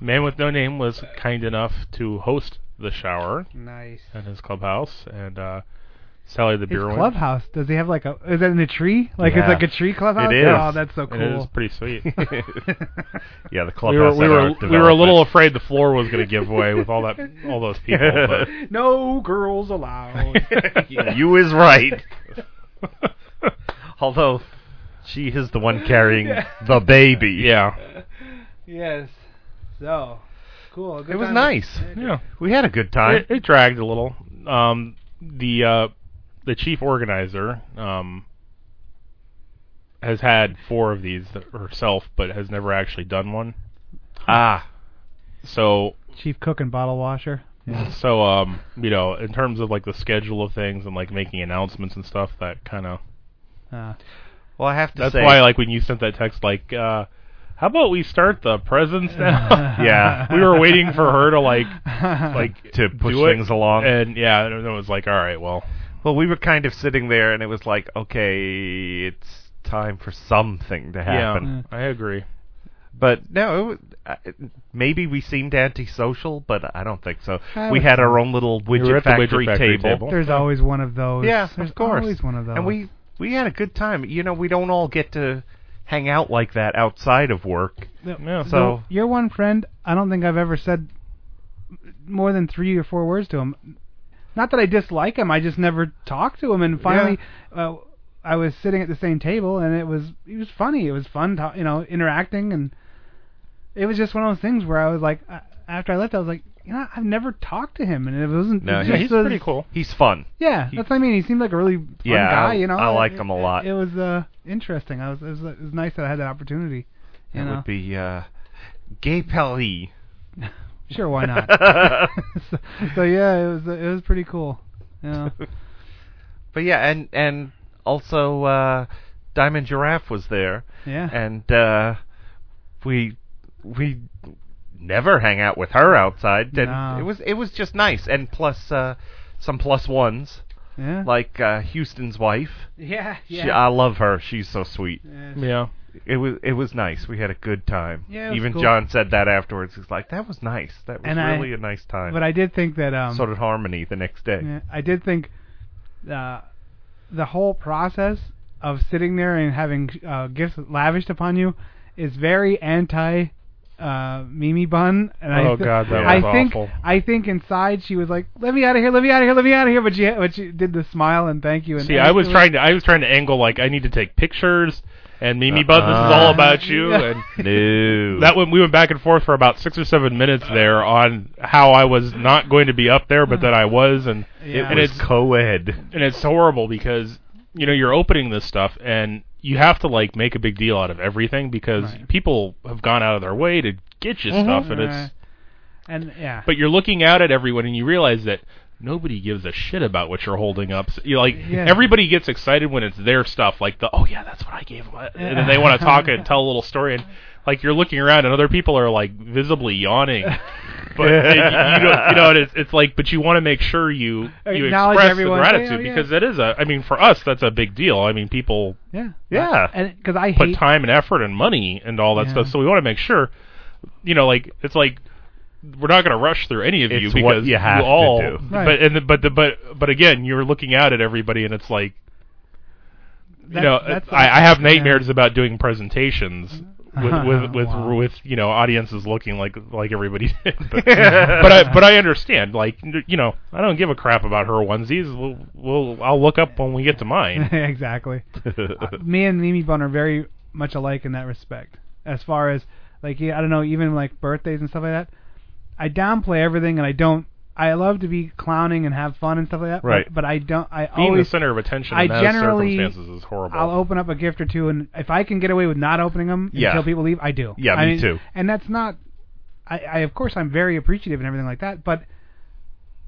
Man with no name was kind enough to host the shower nice. at his clubhouse, and uh, Sally the His beer went. clubhouse. Does he have like a? Is that in a tree? Like Yeah. it's like a tree clubhouse. It is. Oh, that's so cool. It is pretty sweet. yeah, the we were clubhouse. we had our were, we were a little development. afraid the floor was going to give way with all that all those people. But no girls allowed. you is right. Although she is the one carrying the baby. yeah, yes. So cool. Good It was time. nice. yeah, We had a good time. it, it dragged a little. Um, the uh, the chief organizer um, has had four of these herself, but has never actually done one. ah, So Chief cook and bottle washer. so um, you know, in terms of like the schedule of things and like making announcements and stuff, that kind of Uh, well, I have to That's say. why, like, when you sent that text, like, uh, how about we start the presents now? Yeah. we were waiting for her to like, like, To push do it, things along. and yeah, and it was like, all right, well, well, we were kind of sitting there, and it was like, okay, it's time for something to happen. yeah, I agree. But no, it, wa- I- it, maybe we seemed antisocial, but I don't think so. I We would had our own little widget, were at the widget factory, factory table. table. There's always one of those. Yeah, There's of course. Always one of those. And we we had a good time. You know, we don't all get to hang out like that outside of work. The- Yeah. the- So- your one friend, I don't think I've ever said more than three or four words to him. Not that I dislike him, I just never talked to him. And finally, uh, I was sitting at the same table, and it was it was funny. It was fun, to, you know, interacting, and it was just one of those things where I was like, uh, after I left, I was like, you know, I've never talked to him, and it wasn't. No, it Yeah, Yeah, just he's was- pretty cool. He's fun. Yeah, He- that's what I mean. He seemed like a really fun Yeah, guy, I- you know. I like It- him a lot. It, was uh interesting. I was it was, it was nice that I had that opportunity. You It know, would be uh, Gay Paris. sure, why not? so, so yeah, it was it was pretty cool. Yeah. But yeah, and and also uh, Diamond Giraffe was there, Yeah. and uh, we we never hang out with her outside. And No. It was it was just nice, and plus uh, some plus ones yeah. like uh, Houston's wife. yeah. She, I love her. She's so sweet. Yeah. Yeah, It was it was nice. We had a good time. Yeah, it was Even cool. John said that afterwards. He's like, "That was nice. That was And I- really a nice time." But I did think that um so did Harmony the next day. yeah, I did think uh the whole process of sitting there and having uh gifts lavished upon you is very anti uh Mimi Bun and I Oh, th- God, that I was think awful. I think inside she was like let me out of here let me out of here let me out of here but she but she did the smile and thank you and see, and I it was trying to, I was trying to angle like I need to take pictures, and Mimi Bud, this is Uh-uh. all about you, and No. that when we went back and forth for about six or seven minutes there on how I was not going to be up there, but that I was, and Yeah. and it was it's co-ed. and it's horrible because you know you're opening this stuff and you have to like make a big deal out of everything because Right. Mm-hmm. people have gone out of their way to get you stuff and Right. it's and yeah but you're looking out at everyone and you realize that nobody gives a shit about what you're holding up. So, you like Yeah. everybody gets excited when it's their stuff like the oh yeah that's what I gave 'em," and then they want to talk and tell a little story and like you're looking around and other people are like visibly yawning. But and you, don't, you know, and it's, it's like, but you want to make sure you you Acknowledge express the everyone. gratitude Yeah, yeah. because that is a. I mean, for us, that's a big deal. I mean, people yeah Yeah. and because I put hate time and effort and money and all that Yeah. stuff. So we want to make sure, you know, like it's like we're not going to rush through any of you It's because what you have to all. do. Right. But and the, but the, but but again, you're looking out at everybody, and it's like you That- know, that's I, I have yeah. Uh-huh. nightmares about doing presentations. With with with, Wow. with you know audiences looking like like everybody did, but, but I but I understand like you know I don't give a crap about her onesies. We'll, we'll I'll look up when we get to mine. exactly. Me and Mimi Bun are very much alike in that respect. As far as like yeah, I don't know, even like birthdays and stuff like that. I downplay everything and I don't I love to be clowning and have fun and stuff like that. but- Right. But, I don't I being always the center of attention I in those generally- circumstances is horrible. I'll open up a gift or two and if I can get away with not opening them Yeah. until people leave, I do. Yeah, I me mean, too. And that's not I, I of course I'm very appreciative and everything like that, but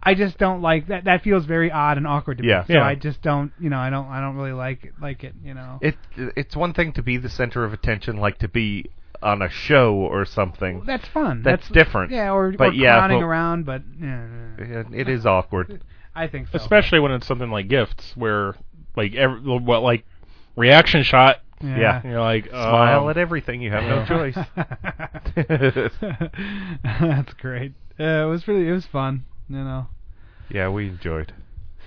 I just don't like that. That feels very odd and awkward to me. Yeah. So Yeah. I just don't, you know, I don't, I don't really like it, like it, you know. It it's one thing to be the center of attention, like to be on a show or something. That's fun. That's, different. Yeah, or, but or yeah, clowning but- around, but yeah, Yeah, It is awkward. I think so. especially when it's something like gifts, where like every what like reaction shot. Yeah. Yeah. you're like Smile um, at everything. You have no yeah. choice. That's great. Uh, it was really, it was fun, you know. yeah, we enjoyed.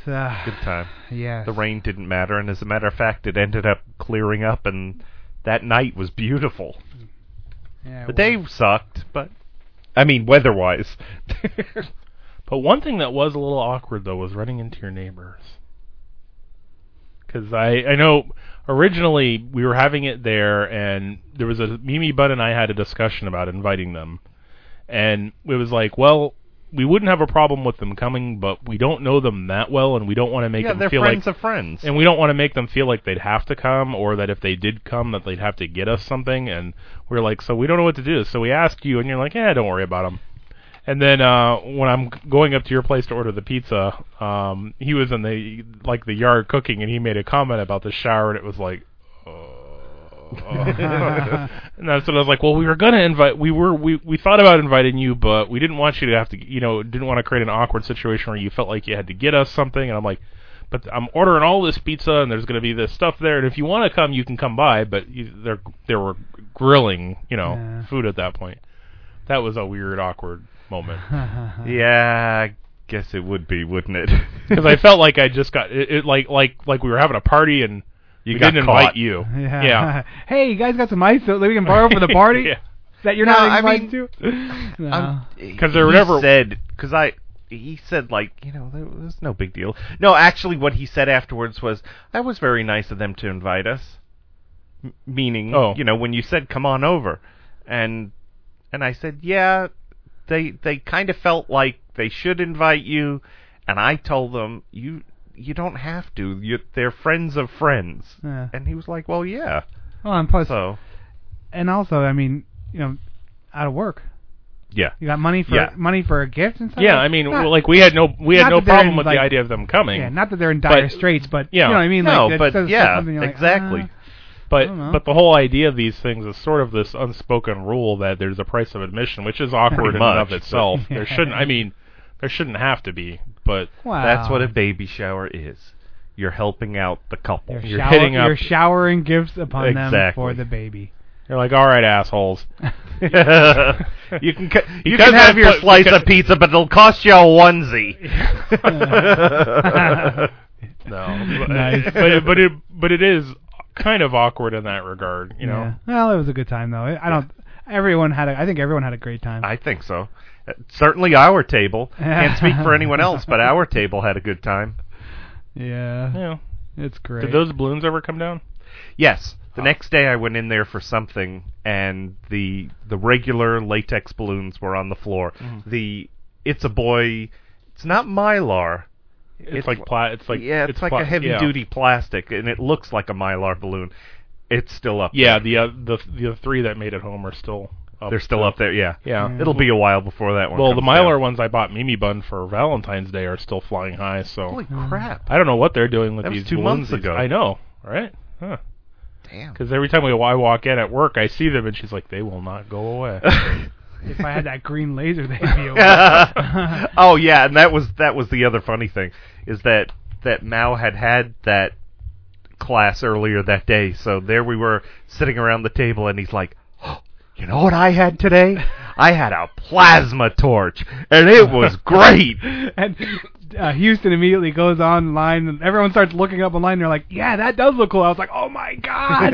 So, Good time. Yes. The rain didn't matter, and as a matter of fact, it ended up clearing up, and that night was beautiful. yeah, The day sucked, but I mean weather-wise. But one thing that was a little awkward though was running into your neighbors. Because I I know originally we were having it there, and there was a Mimi Bud and I had a discussion about inviting them, and it was like, well, we wouldn't have a problem with them coming, but we don't know them that well, and we don't want to make yeah, them they're feel friends like of friends. and we don't want to make them feel like they'd have to come or that if they did come that they'd have to get us something and we're like so we don't know what to do so we asked you and you're like yeah don't worry about them and then uh when i'm going up to your place to order the pizza um he was in the like the yard cooking and he made a comment about the shower and it was like uh, and that's when I was like, well, we were gonna invite, we were, we we thought about inviting you, but we didn't want you to have to, you know, didn't want to create an awkward situation where you felt like you had to get us something. And I'm like, but I'm ordering all this pizza, and there's gonna be this stuff there, and if you want to come, you can come by. But you, they're they were grilling, you know, Yeah. food at that point. That was a weird, awkward moment Yeah, I guess it would be, wouldn't it? because I felt like I just got it, it like like like we were having a party and. You we got didn't caught. invite you. yeah. yeah. hey, you guys got some ice that we can borrow for the party Yeah. that you're No, not I invited mean- to? No. because 'Cause there were never- said because I he said like you know there was no big deal. No, actually, what he said afterwards was that was very nice of them to invite us. M- meaning, Oh. you know, when you said come on over, and and I said yeah, they they kind of felt like they should invite you, and I told them you you don't have to. You they're friends of friends, Yeah. and he was like, well yeah, Well, and plus, so and also, I mean, you know, out of work, yeah. you got money for Yeah. money for a gift and stuff. Yeah, I mean, Not- well, like we had no we had not no that they're problem in, with like- the idea of them coming. yeah, not that they're in dire but- straits, but yeah. you know what I mean. no, like, that but says yeah, something, you're like, exactly. ah. I don't know. but but the whole idea of these things is sort of this unspoken rule that there's a price of admission, which is awkward in and much, of itself. but- There shouldn't, I mean, there shouldn't have to be, but "Uh, Wow. That's what a baby shower is. You're helping out the couple. You're, you're shower- hitting up- You're showering gifts upon them Exactly. for the baby. you're like, all right, assholes. you can cu- you Because can have I your put- slice because- of pizza, but it'll cost you a onesie. No, but, Nice. but it, but it but it is kind of awkward in that regard, you know. Yeah. Well, it was a good time though. I I don't. Everyone had. A, I think everyone had a great time. I think so. Uh, Certainly, our table can't speak for anyone else, but our table had a good time. yeah. Yeah. It's great. Did those balloons ever come down? Oh. Yes. The next day, I went in there for something, and the the regular latex balloons were on the floor. Mm-hmm. The it's a boy. It's not mylar. It's, like pla- It's like yeah, it's, like pla- a heavy yeah. duty plastic, and it looks like a mylar balloon. It's still up. there. Yeah, the uh, the the three that made it home are still up they're still up there. Yeah, Yeah. It'll be a while before that one. Well, the comes down. Mylar ones I bought Mimi Bun for Valentine's Day are still flying high, so Holy crap! I don't know what they're doing with That was these two months balloons. ago. I know, right? Huh. Damn. Because every time we I walk in at work, I see them, and she's like, "They will not go away." if I had that green laser, they'd be away. oh yeah, and that was that was the other funny thing is that that Mao had had that class earlier that day. So there we were sitting around the table, and he's like, oh, "You know what I had today? I had a plasma torch, and it was great." and uh, Houston immediately goes online, and everyone starts looking up online. And they're like, "Yeah, that does look cool." I was like, "Oh my god!"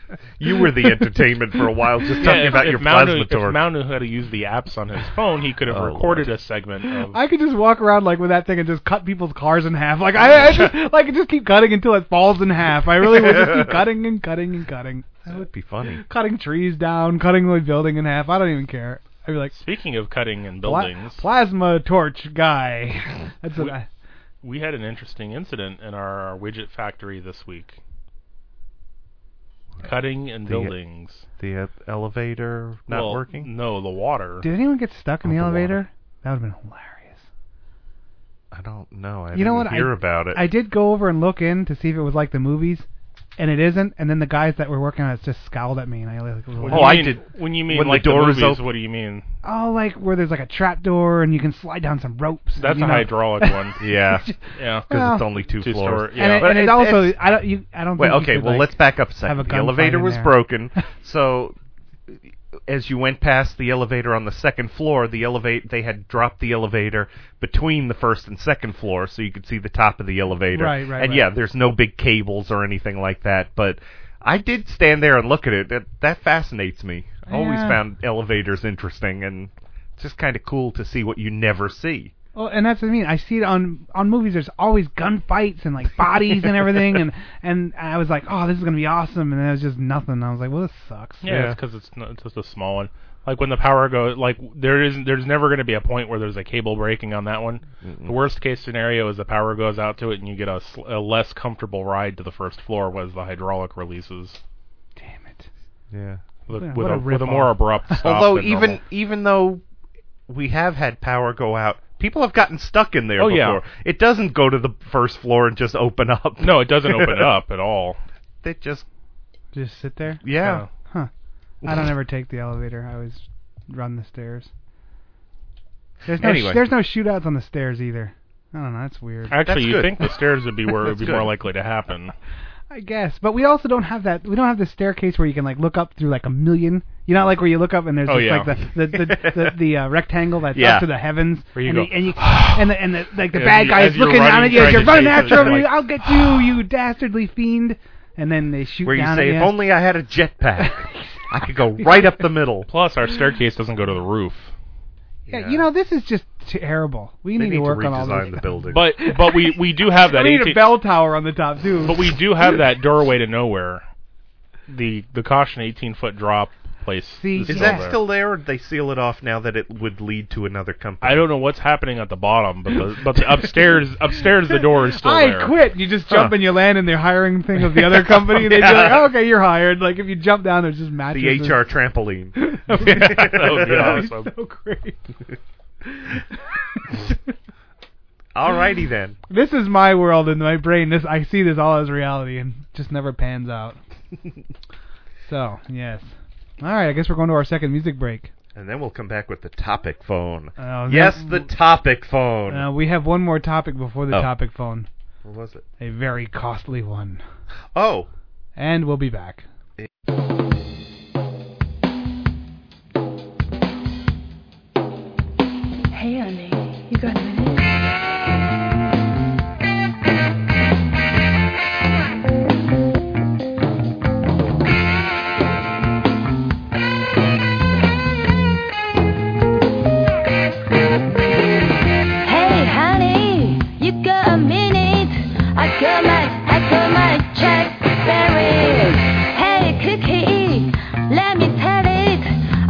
you were the entertainment for a while, just talking if, about if your Mao plasma knew, torch. If Mao knew how to use the apps on his phone, he could have Oh, recorded Lord. a segment of. I could just walk around like with that thing and just cut people's cars in half. Like I, I just, like just keep cutting until it falls in half. I really would just keep cutting and cutting and cutting, that would be funny. cutting trees down, cutting the building in half. I don't even care. I'd be like, Speaking of cutting and "Pla- buildings, plasma torch guy. That's what We- I, we had an interesting incident in our, our widget factory this week. Cutting and The- buildings. The uh, elevator not Well, working. No, the water. Did anyone get stuck in Oh, the the water. elevator? That would have been hilarious. I don't know. I you know didn't what? Hear I, about it. I did go over and look in to see if it was like the movies, and it isn't. And then the guys that were working on it just scowled at me, and I like. What was do like, you mean- When you mean Oh, when the like door is movies, open- what do you mean? Oh, like where there's like a trap door and you can slide down some ropes. and, That's you a know. hydraulic one. Yeah. Yeah. Because it's Well- only two, Two floors. story- yeah. And, it, But and it's it's- also it's- I don't you I don't. Wait, think you okay, could, well, like, let's back up have a a second. the gunfight elevator in was there. broken, so as you went past the elevator on the second floor, the elevate they had dropped the elevator between the first and second floor, so you could see the top of the elevator. Right, right, And right. yeah, there's no big cables or anything like that, but. I did stand there and look at it. That, that fascinates me. I always Yeah. found elevators interesting and it's just kind of cool to see what you never see. Well, and that's what I mean. I see it on on movies. There's always gunfights and like bodies and everything, and and I was like, oh, this is gonna be awesome, and then it was just nothing. I was like, well, this sucks. Yeah, it's 'cause it's because it's just a small one. Like when the power goes, like there isn't, there's never going to be a point where there's a cable breaking on that one. The worst case scenario is the power goes out to it, and you get a, sl- a less comfortable ride to the first floor was the hydraulic releases Damn it. Yeah. with, Yeah, with, what a, a with a ripoff. more abrupt. Stop Although than even e, normal. even though we have had power go out, people have gotten stuck in there Oh, before. yeah. It doesn't go to the first floor and just open up. no, it doesn't open up at all. They just Just sit there. Oh. yeah. No. I don't ever take the elevator. I always run the stairs. There's no Anyway. there's no shootouts on the stairs either. I don't know. That's weird. Actually, you good. think the stairs would be where it would That's be good. more likely to happen. I guess, but we also don't have that. We don't have the staircase where you can like look up through like a million. You know, like where you look up and there's Oh, just yeah. like the the the, the, the uh, rectangle that's Yeah. up to the heavens. Where you and, go, the, and you and the and the like the As bad you- guys as you're looking down running, at you. trying as You're to running chase after them, me. like- I'll get you, you dastardly fiend! And then they shoot Where you down say, at you. if only I had a jetpack, I could go right up the middle. Plus, our staircase doesn't go to the roof. Yeah, you know this is just terrible. We they need, need to work redesign on all this. the building. But but we we do have that. we need 18 a bell tower on the top too. But we do have that doorway to nowhere. The the caution eighteen foot drop place. See, is is yeah. that there. still there, or did they seal it off now that it would lead to another company? I don't know what's happening at the bottom, but the, but the upstairs upstairs the door is still I there. quit. You just jump Huh. and you land in the hiring thing of the other company. and They'd be like, Yeah. oh, okay, you're hired. Like if you jump down, there's just matches. The HR trampoline. that would be That'd awesome. so great. Alrighty then. This is my world in my brain. This I see this all as reality and just never pans out. so yes. All right, I guess we're going to our second music break. And then we'll come back with the topic phone. Uh, yes, then- the topic phone. Uh, we have one more topic before the Oh. topic phone. what was it? A very costly one. Oh, And we'll be back. Hey, honey, you got a minute? Hey, honey, you got a minute? I got my, I got my Jackberry. Hey, cookie, let me tell it.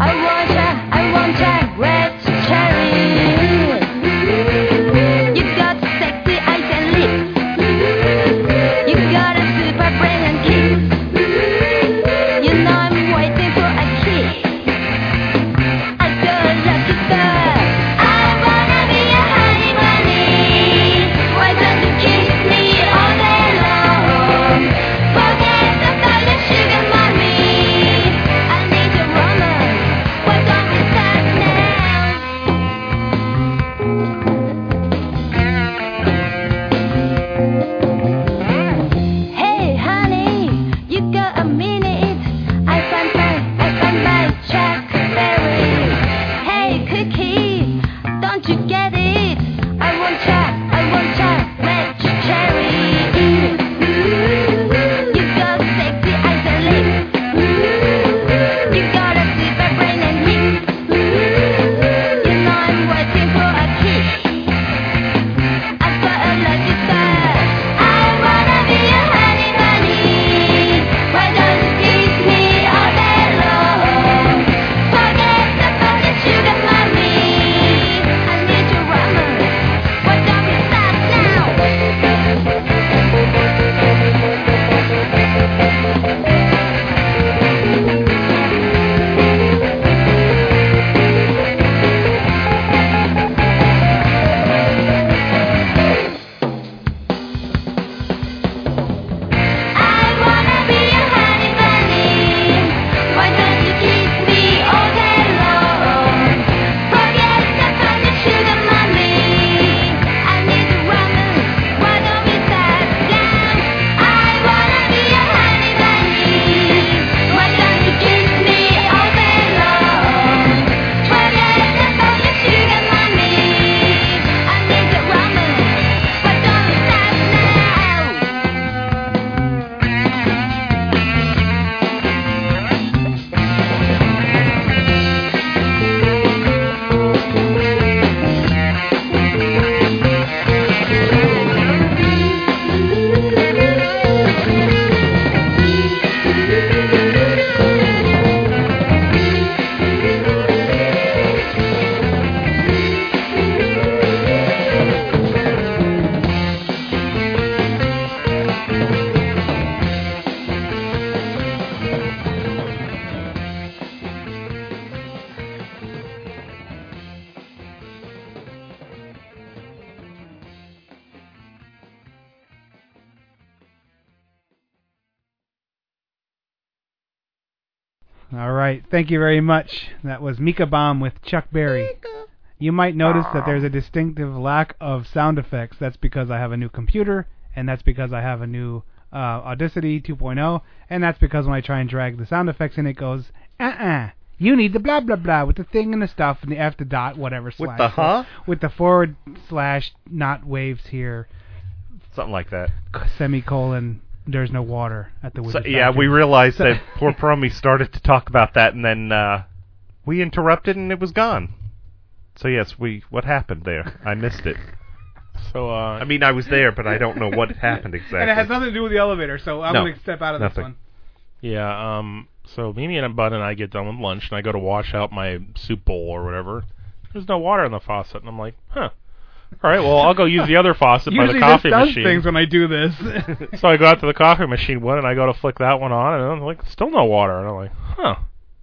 I want a, I want a red cherry. You got sexy eyes and lips. You got a super brain and kiss. You know I'm waiting for a kiss. I got a lucky star. I wanna be a honey bunny. Why don't you kiss me all day? All right. Thank you very much. That was Mika Bomb with Chuck Berry. You might notice that there's a distinctive lack of sound effects. That's because I have a new computer, and that's because I have a new uh, Audacity 2.0, and that's because when I try and drag the sound effects in, it goes, uh-uh. You need the blah blah blah with the thing and the stuff and the after dot whatever slash the huh? with the forward slash not waves here something like that. semicolon there's no water at the So, wizard yeah, we factory. realized So- that poor Promi started to talk about that, and then uh, we interrupted, and it was gone. So yes, we what happened there? I missed it. So uh, I mean, I was there, but I don't know what happened exactly. And it has nothing to do with the elevator, so I'm No, going to step out of this nothing. one. Yeah, um so Mimi and Bud and I get done with lunch and I go to wash out my soup bowl or whatever. There's no water in the faucet and I'm like, huh. All right, well I'll go use the other faucet by Usually the coffee this does machine. things when I do this. so I go out to the coffee machine one and I go to flick that one on and I'm like, still no water and I'm like, huh.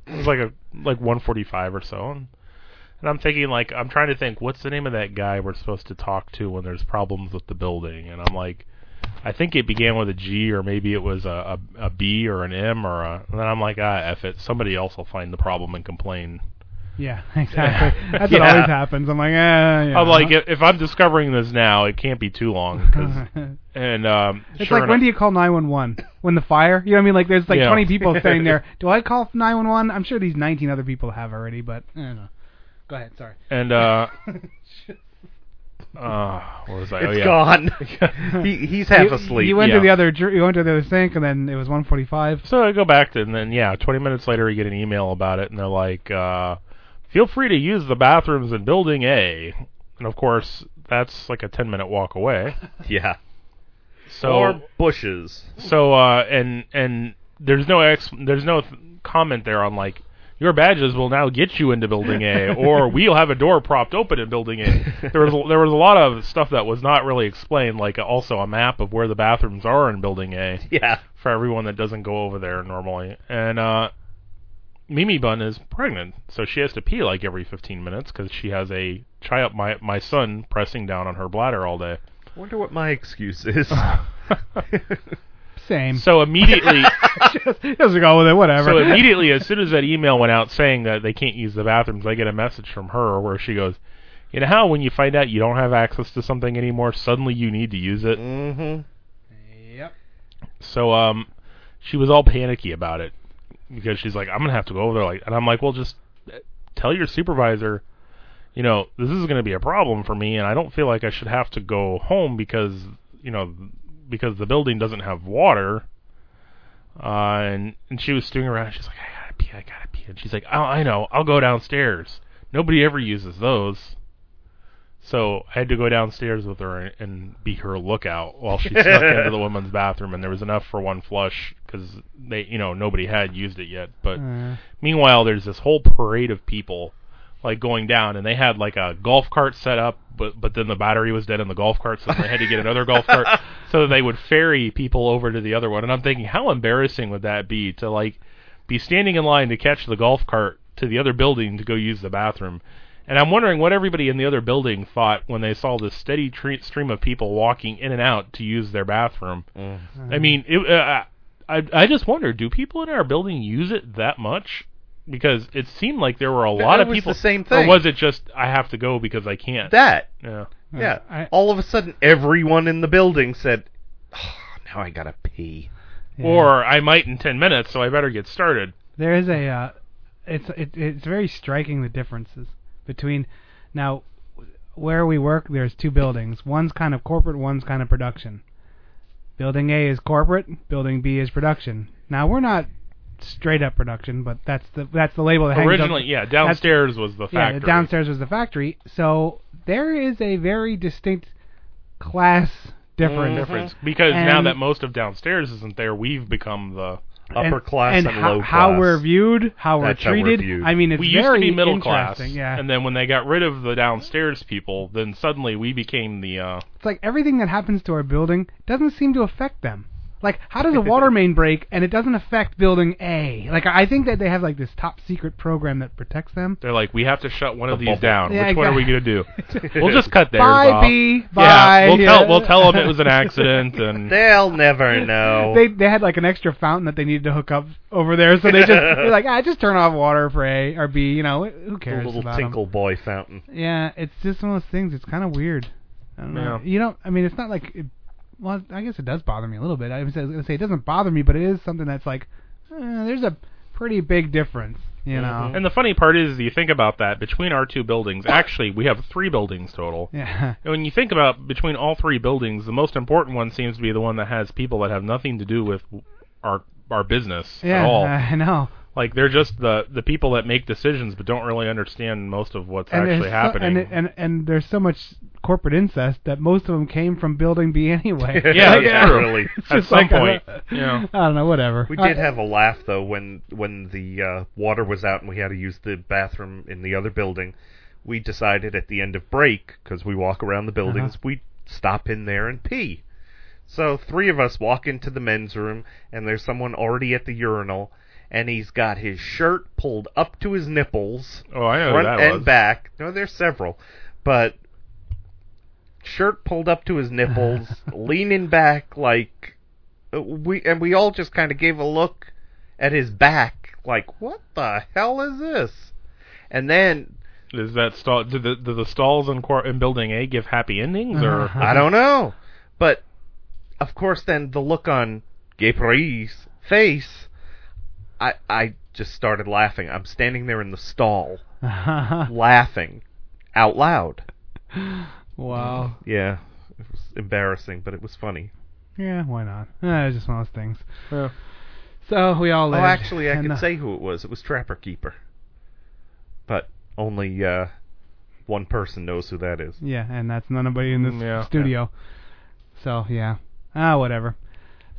It was like a like one forty five or so and and I'm thinking like I'm trying to think what's the name of that guy we're supposed to talk to when there's problems with the building and I'm like I think it began with a G or maybe it was a, a, a B or an M or a and then I'm like ah f it somebody else will find the problem and complain yeah, exactly. Yeah. That's Yeah. what always happens. I'm like, eh, yeah. I'm like if, if I'm discovering this now it can't be too long 'cause- and um It's sure like when enough- do you call 911? When the fire? You know what I mean? Like there's like Yeah. 20 people standing there. Do I call 911? I'm sure these 19 other people have already, but I don't know. Go ahead. Sorry. and uh uh what was I oh, It's yeah. gone. he, he's half you, asleep. You went yeah. to the other. dr- You went to the other sink, and then it was 1:45. So I go back to and then yeah, 20 minutes later we get an email about it and they're like, uh, "Feel free to use the bathrooms in building A." And of course, that's like a 10 minute walk away. Yeah. So or bushes. so uh, and and there's no ex there's no th- comment there on like your badges will now get you into building A or we'll have a door propped open in building A. There was a, there was a lot of stuff that was not really explained like uh, also a map of where the bathrooms are in building A Yeah. for everyone that doesn't go over there normally. And uh, Mimi Bun is pregnant, so she has to pee like every 15 minutes because she has a child, my my son, pressing down on her bladder all day. Wonder what my excuse is. Same. So immediately, just, just go with it. Whatever. so immediately, as soon as that email went out saying that they can't use the bathrooms, I get a message from her where she goes. You know how when you find out you don't have access to something anymore, suddenly you need to use it. mm-hmm. Yep. So um, she was all panicky about it because she's like, I'm gonna have to go over there. Like, and I'm like, well, just uh, tell your supervisor, you know, this is gonna be a problem for me, and I don't feel like I should have to go home because you know because the building doesn't have water. Uh, and and she was stewing around. She's like, I gotta pee, I gotta pee, and she's like, oh, I know, I'll go downstairs. Nobody ever uses those. So I had to go downstairs with her and, and be her lookout while she snuck into the women's bathroom, and there was enough for one flush because they, you know, nobody had used it yet. But Uh, meanwhile, there's this whole parade of people like going down, and they had like a golf cart set up, but but then the battery was dead in the golf cart, so they had to get another golf cart so that they would ferry people over to the other one. And I'm thinking, how embarrassing would that be to like be standing in line to catch the golf cart to the other building to go use the bathroom? And I'm wondering what everybody in the other building thought when they saw this steady tre- stream of people walking in and out to use their bathroom. Mm-hmm. I mean, it, uh, I I just wonder, do people in our building use it that much? Because it seemed like there were a lot it of was people. the same Or thing. was it just I have to go because I can't? That. yeah. Yeah. I- All of a sudden, everyone in the building said, oh, "Ah, "Now I gotta pee." yeah. Or I might in ten minutes, so I better get started. There is a uh, it's it, it's very striking the differences between now where we work there's two buildings. One's kind of corporate, one's kind of production. Building A is corporate, building B is production. Now we're not straight up production, but that's the that's the label that hangs up- Originally, yeah, that's- downstairs was the yeah, factory. the downstairs was the factory. So there is a very distinct class difference. difference Mm-hmm. because And- now that most of downstairs isn't there, we've become the Upper class and, how, low how class. we're viewed, how we're That's how we're treated. viewed. I mean, it's we used to very be middle class, interesting. Yeah, and then when they got rid of the downstairs people, then suddenly we became the uh, it's like everything that happens to our building doesn't seem to affect them. Like, how does a water main break and it doesn't affect building A? Like, I think that they have like this top secret program that protects them. They're like, we have to shut one of these down. Yeah, Which one are we going to do? we'll just cut theirs Bye, off. B. Bye. Yeah, we'll Yeah. tell we'll tell them it was an accident, and They'll never know. They they had like an extra fountain that they needed to hook up over there, so they just they're like, ah, just turn off water for A or B. You know, who cares? little about 'em? Tinkle Boy fountain. Yeah, it's just one of those things. It's kind of weird. I don't know. Yeah. You don't. I mean, it's not like. It, well, I guess it does bother me a little bit. I was going to say it doesn't bother me, but it is something that's like, eh, there's a pretty big difference, you know. And the funny part is, you think about that between our two buildings. Actually, we have three buildings total. Yeah. And when you think about between all three buildings, the most important one seems to be the one that has people that have nothing to do with our our business Yeah, at all. I know. Like they're just the the people that make decisions, but don't really understand most of what's and there's actually so- happening. and, it- and and there's so much corporate incest that most of them came from building B anyway. Yeah, Like, that's true. it's At just some like, I point, don't- yeah. I don't know. Whatever. We I- did have a laugh though when when the uh, water was out and we had to use the bathroom in the other building. We decided at the end of break because we walk around the buildings, Uh-huh. we stop in there and pee. So three of us walk into the men's room and there's someone already at the urinal and he's got his shirt pulled up to his nipples. Oh, I know who front that and was. back. No, there's several, but shirt pulled up to his nipples, leaning back like uh, we and we all just kind of gave a look at his back like what the hell is this? And then Is that stall? Do the do the stalls in, quar- in building A give happy endings, or I don't know. But of course then the look on Gabriel's face I I just started laughing. I'm standing there in the stall laughing out loud. wow. Yeah. It was embarrassing, but it was funny. Yeah, why not? Eh, it's just one of those things. So we all Oh, lived. actually, I and, can uh, say who it was. It was Trapper Keeper. But only uh, one person knows who that is. Yeah, and that's none of in this Mm, yeah. studio. So yeah, ah, whatever.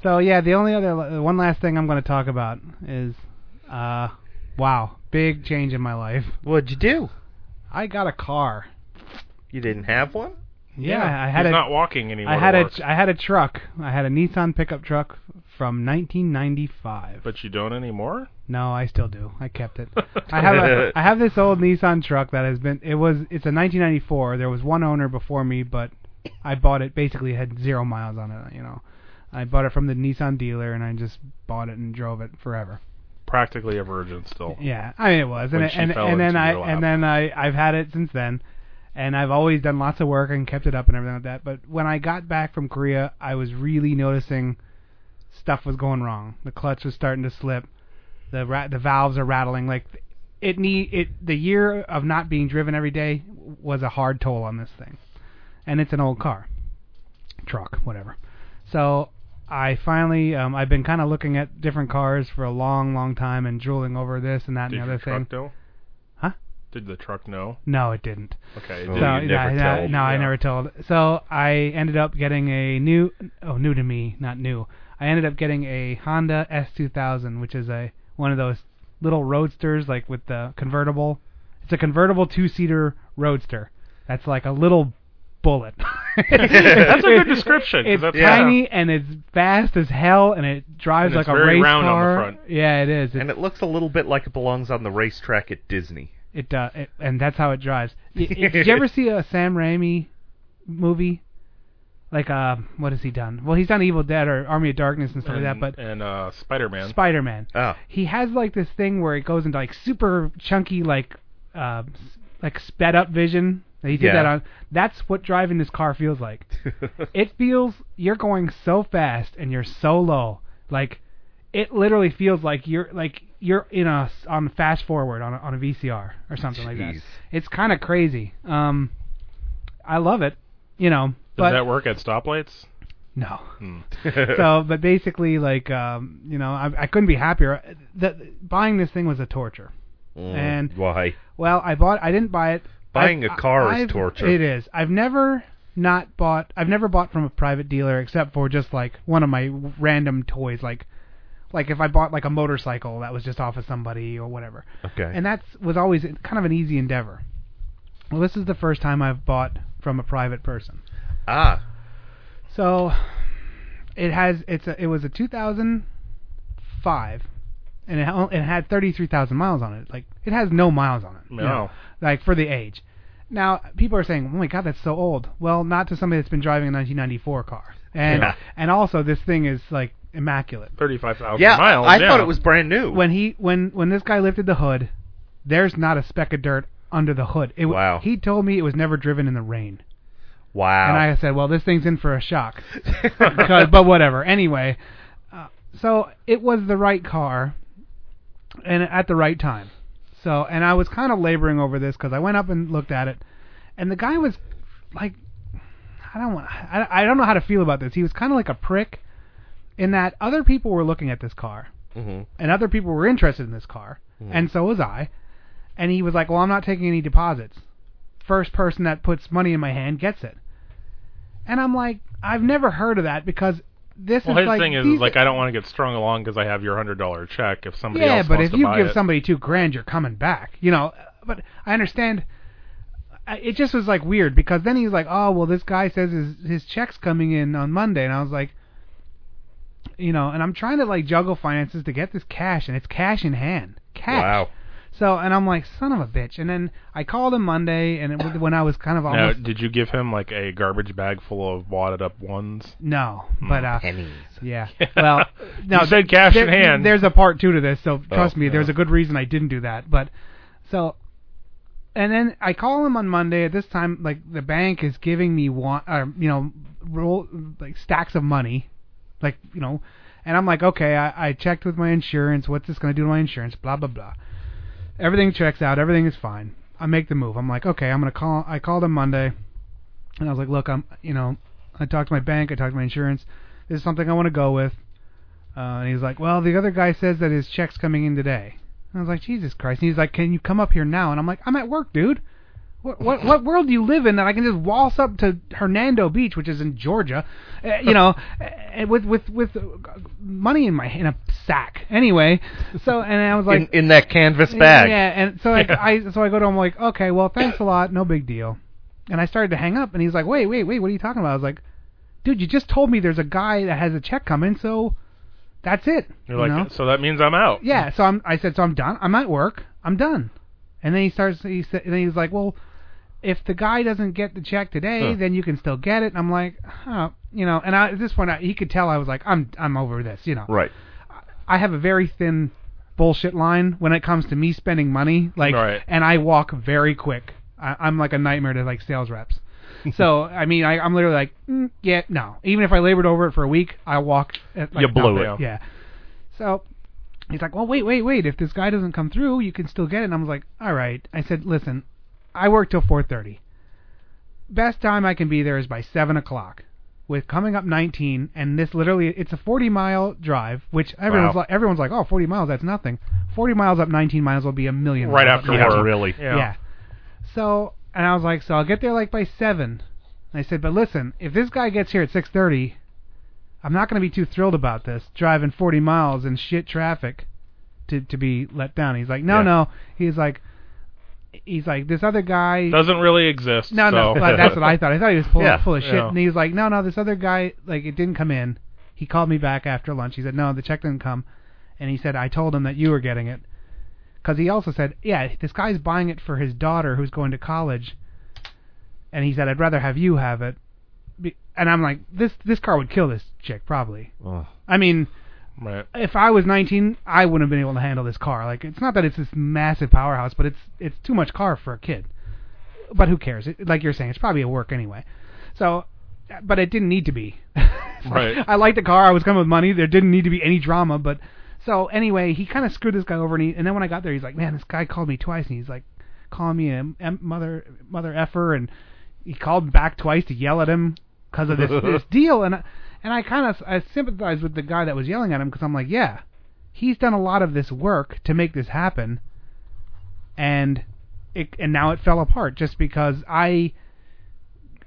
So yeah, the only other the one last thing I'm going to talk about is, uh, wow, big change in my life. What'd you do? I got a car. You didn't have one? Yeah, I had he's a- not walking anymore. I had to a work. I had a truck. I had a Nissan pickup truck from 1995. but you don't anymore. No, I still do. I kept it. I have a, I have this old Nissan truck that has been it was it's a 1994. There was one owner before me, but I bought it basically it had 0 miles on it, you know. I bought it from the Nissan dealer and I just bought it and drove it forever. Practically a virgin still. Yeah, I mean it was, and When it- she and fell and then into I your lap. and then I I've had it since then, and I've always done lots of work and kept it up and everything like that. But when I got back from Korea, I was really noticing stuff was going wrong. The clutch was starting to slip, the ra- the valves are rattling. Like it need it the year of not being driven every day was a hard toll on this thing, and it's an old car, truck, whatever. So I finally, um, I've been kind of looking at different cars for a long, long time and drooling over this and that Did and the your other thing. truck know? Huh? Did the truck know? No, it didn't. Okay. it So, Oh, didn't. no, no, no, I never told. So I ended up getting a new, oh, new to me, not new. I ended up getting a Honda S2000, which is a one of those little roadsters, like with the convertible. It's a convertible two-seater roadster. That's like a little bullet. That's a good description, 'cause It's that's- Yeah. tiny and it's fast as hell, and it drives And like it's a very race round on the car. front. Yeah, it is. It and it looks a little bit like it belongs on the racetrack at Disney. it does, it, and that's how it drives. Y- y- Did you ever see a Sam Raimi movie? Like, uh, what has he done? Well, he's done Evil Dead or Army of Darkness and stuff And, like that. and uh, Spider But Man. Spider Man, Oh. he has like this thing where it goes into like super chunky, like, uh, s- like sped up vision. He did Yeah. that on. That's what driving this car feels like. it feels you're going so fast and you're so low. Like, it literally feels like you're like you're in a s- on fast forward on a, on a VCR or something like that. Jeez. It's kind of crazy. Um, I love it, you know. Does But that work at stoplights? no. Hmm. so, but basically, like, um, you know, I, I couldn't be happier. The, buying this thing was a torture. And Mm, why? well, I bought. I didn't buy it. Buying I've- a car is I've- torture. It is. I've never not bought. I've never bought from a private dealer except for just like one of my random toys, like like if I bought like a motorcycle that was just off of somebody or whatever. Okay. And that was always kind of an easy endeavor. Well, this is the first time I've bought from a private person. ah, So It has it's a, it was a 2005, and it, ha- it had 33,000 miles on it. Like it has no miles on it. you No. know, like for the age. Now people are saying, "Oh my God, that's so old." Well, not to somebody that's been driving a 1994 car, and Yeah. and also this thing is like immaculate. 35,000 Yeah, miles. I yeah. thought it was brand new. When he when when this guy lifted the hood, there's not a speck of dirt under the hood. It, w- Wow. He told me it was never driven in the rain. Wow. And I said, well, this thing's in for a shock. 'Cause- but whatever. Anyway, uh, so it was the right car and at the right time. So, and I was kind of laboring over this because I went up and looked at it, and the guy was like, I don't want, I, I don't know how to feel about this. He was kind of like a prick, in that other people were looking at this car, Mm-hmm. and other people were interested in this car, Mhm. and so was I. And he was like, "Well, I'm not taking any deposits. First person that puts money in my hand gets it." And I'm like, "I've never heard of that because this well, is his like thing is, these- like, I don't want to get strung along because I have your hundred dollar check. If somebody yeah, else but wants if to you buy give it. somebody two grand, you're coming back. You know, but I understand. I- It just was like weird because then he's like, "Oh, well, this guy says his his check's coming in on Monday," and I was like, you know, and I'm trying to like juggle finances to get this cash, and it's cash in hand, cash. Wow. So, and I'm like, son of a bitch. And then I called him Monday, and it, when I was kind of now, almost did you give him like a garbage bag full of wadded up ones? no, but uh, Hmm. pennies. Yeah. Well, no, You said cash there- in hand. There's a part two to this, so Oh, trust me, there's yeah. a good reason I didn't do that. But so, and then I call him on Monday. At this time, like the bank is giving me one, uh, you know, roll like stacks of money, like you know, and I'm like, okay, I, I checked with my insurance. What's this going to do to my insurance? Blah blah blah. Everything checks out. Everything is fine. I make the move. I'm like, okay, I'm gonna call. I called him Monday, and I was like, look, I'm, you know, I talked to my bank. I talked to my insurance. This is something I want to go with. Uh, and he's like, well, the other guy says that his check's coming in today. And I was like, Jesus Christ. And he's like, can you come up here now? And I'm like, I'm at work, dude. What what what world do you live in that I can just waltz up to Hernando Beach, which is in Georgia, uh, you know, uh, with with with uh, money in my in a sack. Anyway, so and I was like, in, in that canvas bag. yeah, and so I, I so I go to him like, okay, well, thanks a lot, no big deal. And I started to hang up, and he's like, wait, wait, wait, what are you talking about? I was like, dude, you just told me there's a guy that has a check coming, so that's it. You're you like, know? so that means I'm out. Yeah, so I'm. I said, so I'm done. I'm at work. I'm done. And then he starts. He said, and then he's like, well, if the guy doesn't get the check today, Huh. then you can still get it. And I'm like, huh, you know. And I, at this point, I, he could tell I was like, I'm, I'm over this, you know. Right. I have a very thin bullshit line when it comes to me spending money, like, Right. and I walk very quick. I, I'm like a nightmare to like sales reps. So I mean, I, I'm literally like, mm, yeah, no. Even if I labored over it for a week, I walk. At, like, You blew nothing. it. Yeah. So he's like, well, wait, wait, wait. If this guy doesn't come through, you can still get it. And I was like, all right. I said, listen, I work till 4:30. Best time I can be there is by seven o'clock. With coming up 19, and this literally, it's a 40 mile drive, which everyone's Wow. like, everyone's like, oh, 40 miles, that's nothing. 40 miles up 19 miles will be a million. Right miles up after 19. work. Really. Yeah. yeah. So, and I was like, so I'll get there like by seven. And I said, but listen, if this guy gets here at 6:30, I'm not going to be too thrilled about this driving 40 miles in shit traffic to to be let down. He's like, no, Yeah. no. He's like, he's like this other guy. Doesn't really exist. no, no, so. but that's what I thought. I thought he was full, Yeah, full of shit. yeah. And he's like, no, no, this other guy, like, it didn't come in. He called me back after lunch. He said, no, the check didn't come. And he said, I told him that you were getting it. Because he also said, yeah, this guy's buying it for his daughter who's going to college. And he said, I'd rather have you have it. Be- And I'm like, this this car would kill this chick probably. Ugh. I mean, Right. if I was 19, I wouldn't have been able to handle this car. Like, it's not that it's this massive powerhouse, but it's it's too much car for a kid. But who cares? It, like you're saying, it's probably a work anyway. So, but it didn't need to be. Right. I liked the car. I was coming with money. There didn't need to be any drama. But so anyway, he kind of screwed this guy over, and, he, and then when I got there, he's like, "Man, this guy called me twice, and he's like, calling me a m- mother mother effer," and he called back twice to yell at him because of this this deal, and I- and I kind of I sympathized with the guy that was yelling at him because I'm like, yeah, he's done a lot of this work to make this happen, and it and now it fell apart just because I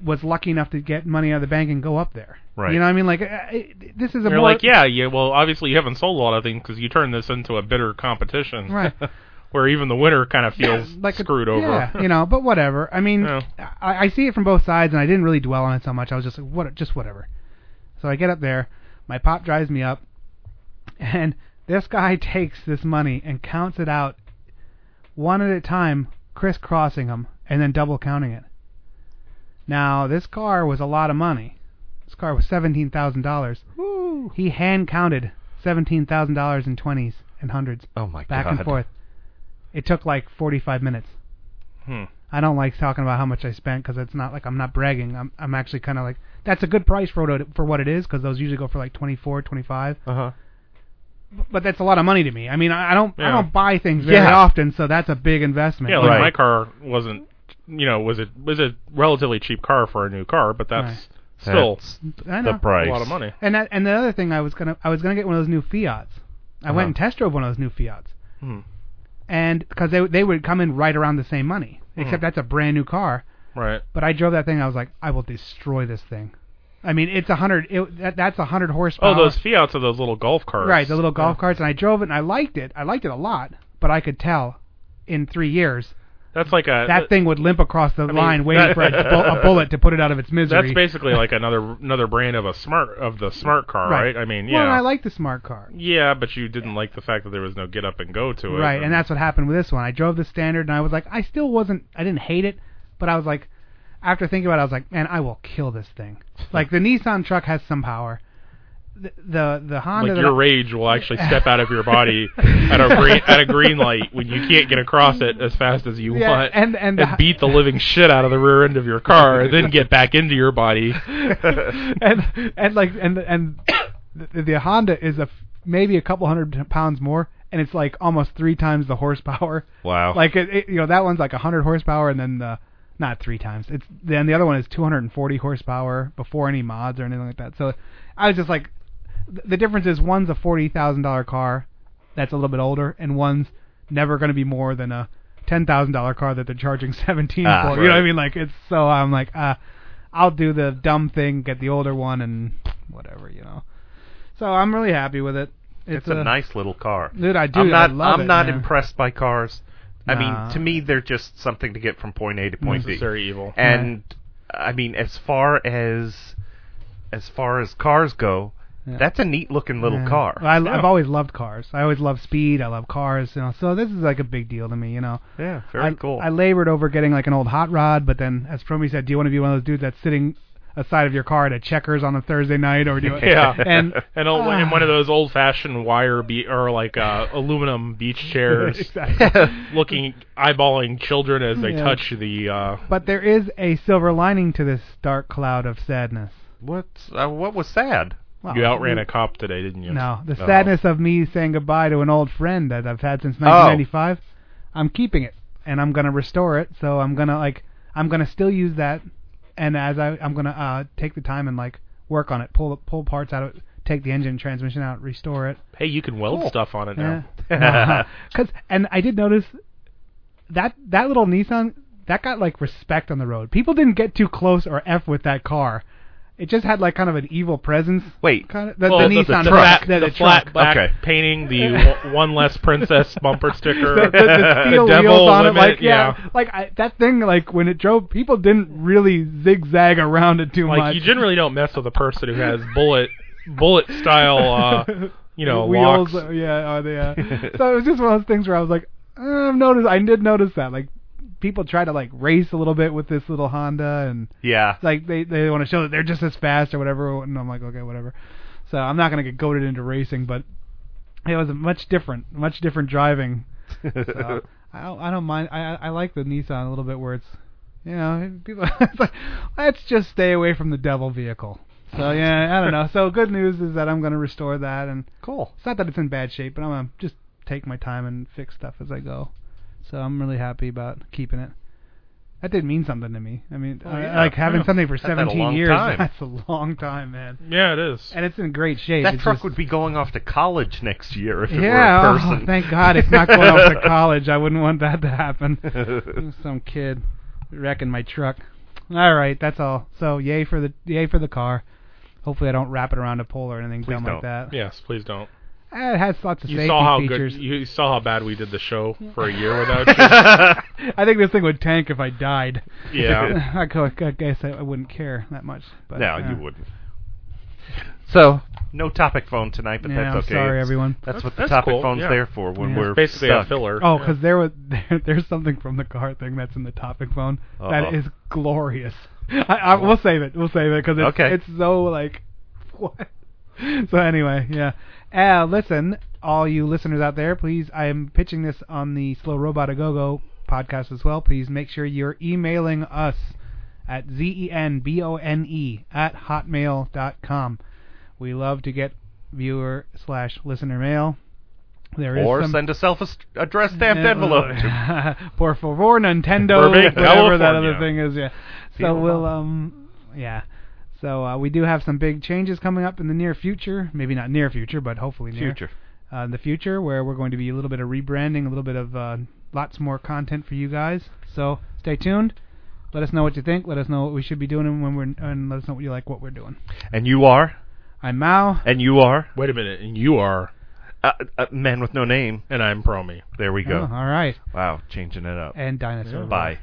was lucky enough to get money out of the bank and go up there. Right. You know what I mean? Like uh, it, this is a You're more like, yeah, yeah. Well, obviously you haven't sold a lot of things because you turned this into a bitter competition, Right. where even the winner kind of feels like a- screwed over. Yeah, you know, but whatever. I mean, I, I see it from both sides, and I didn't really dwell on it so much. I was just like, what, just whatever. So I get up there. My pop drives me up, and this guy takes this money and counts it out one at a time, crisscrossing them, and then double counting it. Now, this car was a lot of money. This car was seventeen thousand dollars. He hand counted seventeen thousand dollars in twenties and hundreds. Oh my back God. and forth. It took like forty-five minutes. Hmm. I don't like talking about how much I spent because it's not like I'm not bragging. I'm I'm actually kind of like that's a good price for what it, for what it is because those usually go for like twenty-four, twenty-five. Uh Uh-huh. huh. But that's a lot of money to me. I mean, I I don't I Yeah. don't buy things very Yeah. often, so that's a big investment. Yeah, like my car wasn't, you know, was it was a relatively cheap car for a new car, but that's Right. still I know. a lot of money. And that, and the other thing I was gonna I was gonna get one of those new Fiats. I Uh-huh. went and test drove one of those new Fiats. Hmm. And because they they would come in right around the same money, except Mhm. that's a brand new car. Right. But I drove that thing. I was like, I will destroy this thing. I mean, it's a hundred. It, that, that's a hundred horsepower. Oh, those Fiats are those little golf cars. Uh-huh. Right, the little golf carts, and I drove it, and I liked it. I liked it a lot, but I could tell in three years That's like a that thing would limp across the Uh, mean, line, waiting for a, bu- a bullet to put it out of its misery. That's basically like another another brand of a smart of the smart car, Right. right? I mean, Well, and yeah, I like the smart car, yeah, but you didn't like the fact that there was no get up and go to it, right? And that's what happened with this one. I drove the standard, and I was like, I still wasn't, I didn't hate it, but I was like, after thinking about it, I was like, man, I will kill this thing. Like the Nissan truck has some power. The the, the Honda like that your I- rage will actually step out of your body at a green at a green light when you can't get across it as fast as you Yeah, want, and- and the- beat the living shit out of the rear end of your car, and then get back into your body. and and like and and the, the Honda is a f- maybe a couple hundred pounds more, and it's like almost three times the horsepower. Wow. Like it, it, you know that one's like a hundred horsepower, and then the not three times. It's then the other one is 240 horsepower before any mods or anything like that. So I was just like, th- the difference is one's a forty thousand dollar car that's a little bit older, and one's never going to be more than a ten thousand dollar car that they're charging seventeen Ah, for. You know what I right. mean? Like it's so I'm like, uh, I'll do the dumb thing, get the older one, and whatever, you know. So I'm really happy with it. It's a nice little car. Dude, I do. I'm not. I love am it, not man. impressed by cars. I Nah. mean, to me, they're just something to get from point A to point B. Necessary evil. And I mean, as far as as far as cars go, that's a neat looking little Yeah. car. Well, I, I've always loved cars. I always love speed. I love cars. You know, so this is like a big deal to me. You know. Yeah, very I, cool. I labored over getting like an old hot rod, but then as Promi said, do you want to be one of those dudes that's sitting aside of your car at a checkers on a Thursday night, or do you? Yeah, And and, old, and ah. one of those old fashioned wire be or like uh, aluminum beach chairs, Exactly. looking eyeballing children as they Yeah. touch the. Uh, But there is a silver lining to this dark cloud of sadness. What? Uh, what was sad? Well, you outran Oh, you- a cop today, didn't you? No, the Oh. sadness of me saying goodbye to an old friend that I've had since Oh. 1995. I'm keeping it and I'm gonna restore it. So I'm gonna like I'm gonna still use that, and as I I'm gonna uh take the time and like work on it, pull pull parts out of it, take the engine transmission out, restore it. Hey, you can weld Cool. stuff on it now. Yeah. Uh-huh. Cause and I did notice that that little Nissan that got like respect on the road. People didn't get too close or f with that car. It just had like kind of an evil presence. Wait, kind of, the, Well, the Nissan flat, truck, the, the the flat truck. black Okay. painting, the w- one less princess bumper sticker, the, the, the steel devil wheels on limit, it, like yeah, like I, that thing, like when it drove, people didn't really zigzag around it too Like much. you generally don't mess with a person who has bullet bullet style, uh, you know, wheels, locks. uh, yeah, are they? Uh, so it was just one of those things where I was like, eh, I've noticed, I did notice that, like people try to like race a little bit with this little Honda, and Yeah. like they they want to show that they're just as fast or whatever, and I'm like, okay, whatever. So I'm not gonna get goaded into racing, but it was much different, much different driving. So, I don't, I don't mind. I I I like the Nissan a little bit where it's, you know, people. It's like, let's just stay away from the devil vehicle. So yeah, I don't know. So good news is that I'm going to restore that and cool. It's not that it's in bad shape, but I'm gonna just take my time and fix stuff as I go. So I'm really happy about keeping it. That did mean something to me. I mean, Oh, I- yeah. like having Yeah. something for That's had a 17 long years. time. That's a long time, man. Yeah, it is. And it's in great shape. That It's truck just- would be going off to college next year if it yeah, were oh, a person. thank God it's not going off to college. I wouldn't want that to happen. Some kid wrecking my truck. All right, that's all. So yay for the yay for the car. Hopefully I don't wrap it around a pole or anything Please dumb like don't. that. Yes, please don't. Eh, It has lots of You safety saw how features. good you saw how bad we did the show for a year without you. I think this thing would tank if I died. Yeah. I go- I guess I I wouldn't care that much. But, no, uh, you wouldn't. So no topic phone tonight, but Yeah, that's I'm okay. sorry, It's- everyone. That's, That's- what the that's topic cool, phone's yeah. there for when Yeah. we're Basically a stuck. filler. Oh, because there was there, there's something from the car thing that's in the topic phone that Uh-oh. is glorious. I, I we'll save it. We'll save it because it's, Okay. it's so like what. So anyway, yeah. Uh, listen, all you listeners out there, please. I am pitching this on the Slow Robot A Go Go podcast as well. Please make sure you're emailing us at z e n b o n e at hotmail dot com. We love to get viewer slash listener mail. There is or some, send a self-addressed stamped envelope. to- Por favor, Nintendo, Burbank, whatever that California. other thing is. Yeah. So Feel we'll um, yeah. So uh, we do have some big changes coming up in the near future. Maybe not near future, but hopefully near Future. Uh, in the future, where we're going to be a little bit of rebranding, a little bit of uh, lots more content for you guys. So stay tuned. Let us know what you think. Let us know what we should be doing when we're, and let us know what you like what we're doing. And you are. I'm Mao. And you are. Wait a minute, and you are, Uh, uh, man with no name. and I'm Promi. There we go. Oh, all right. Wow, changing it up. And dinosaur. Bye.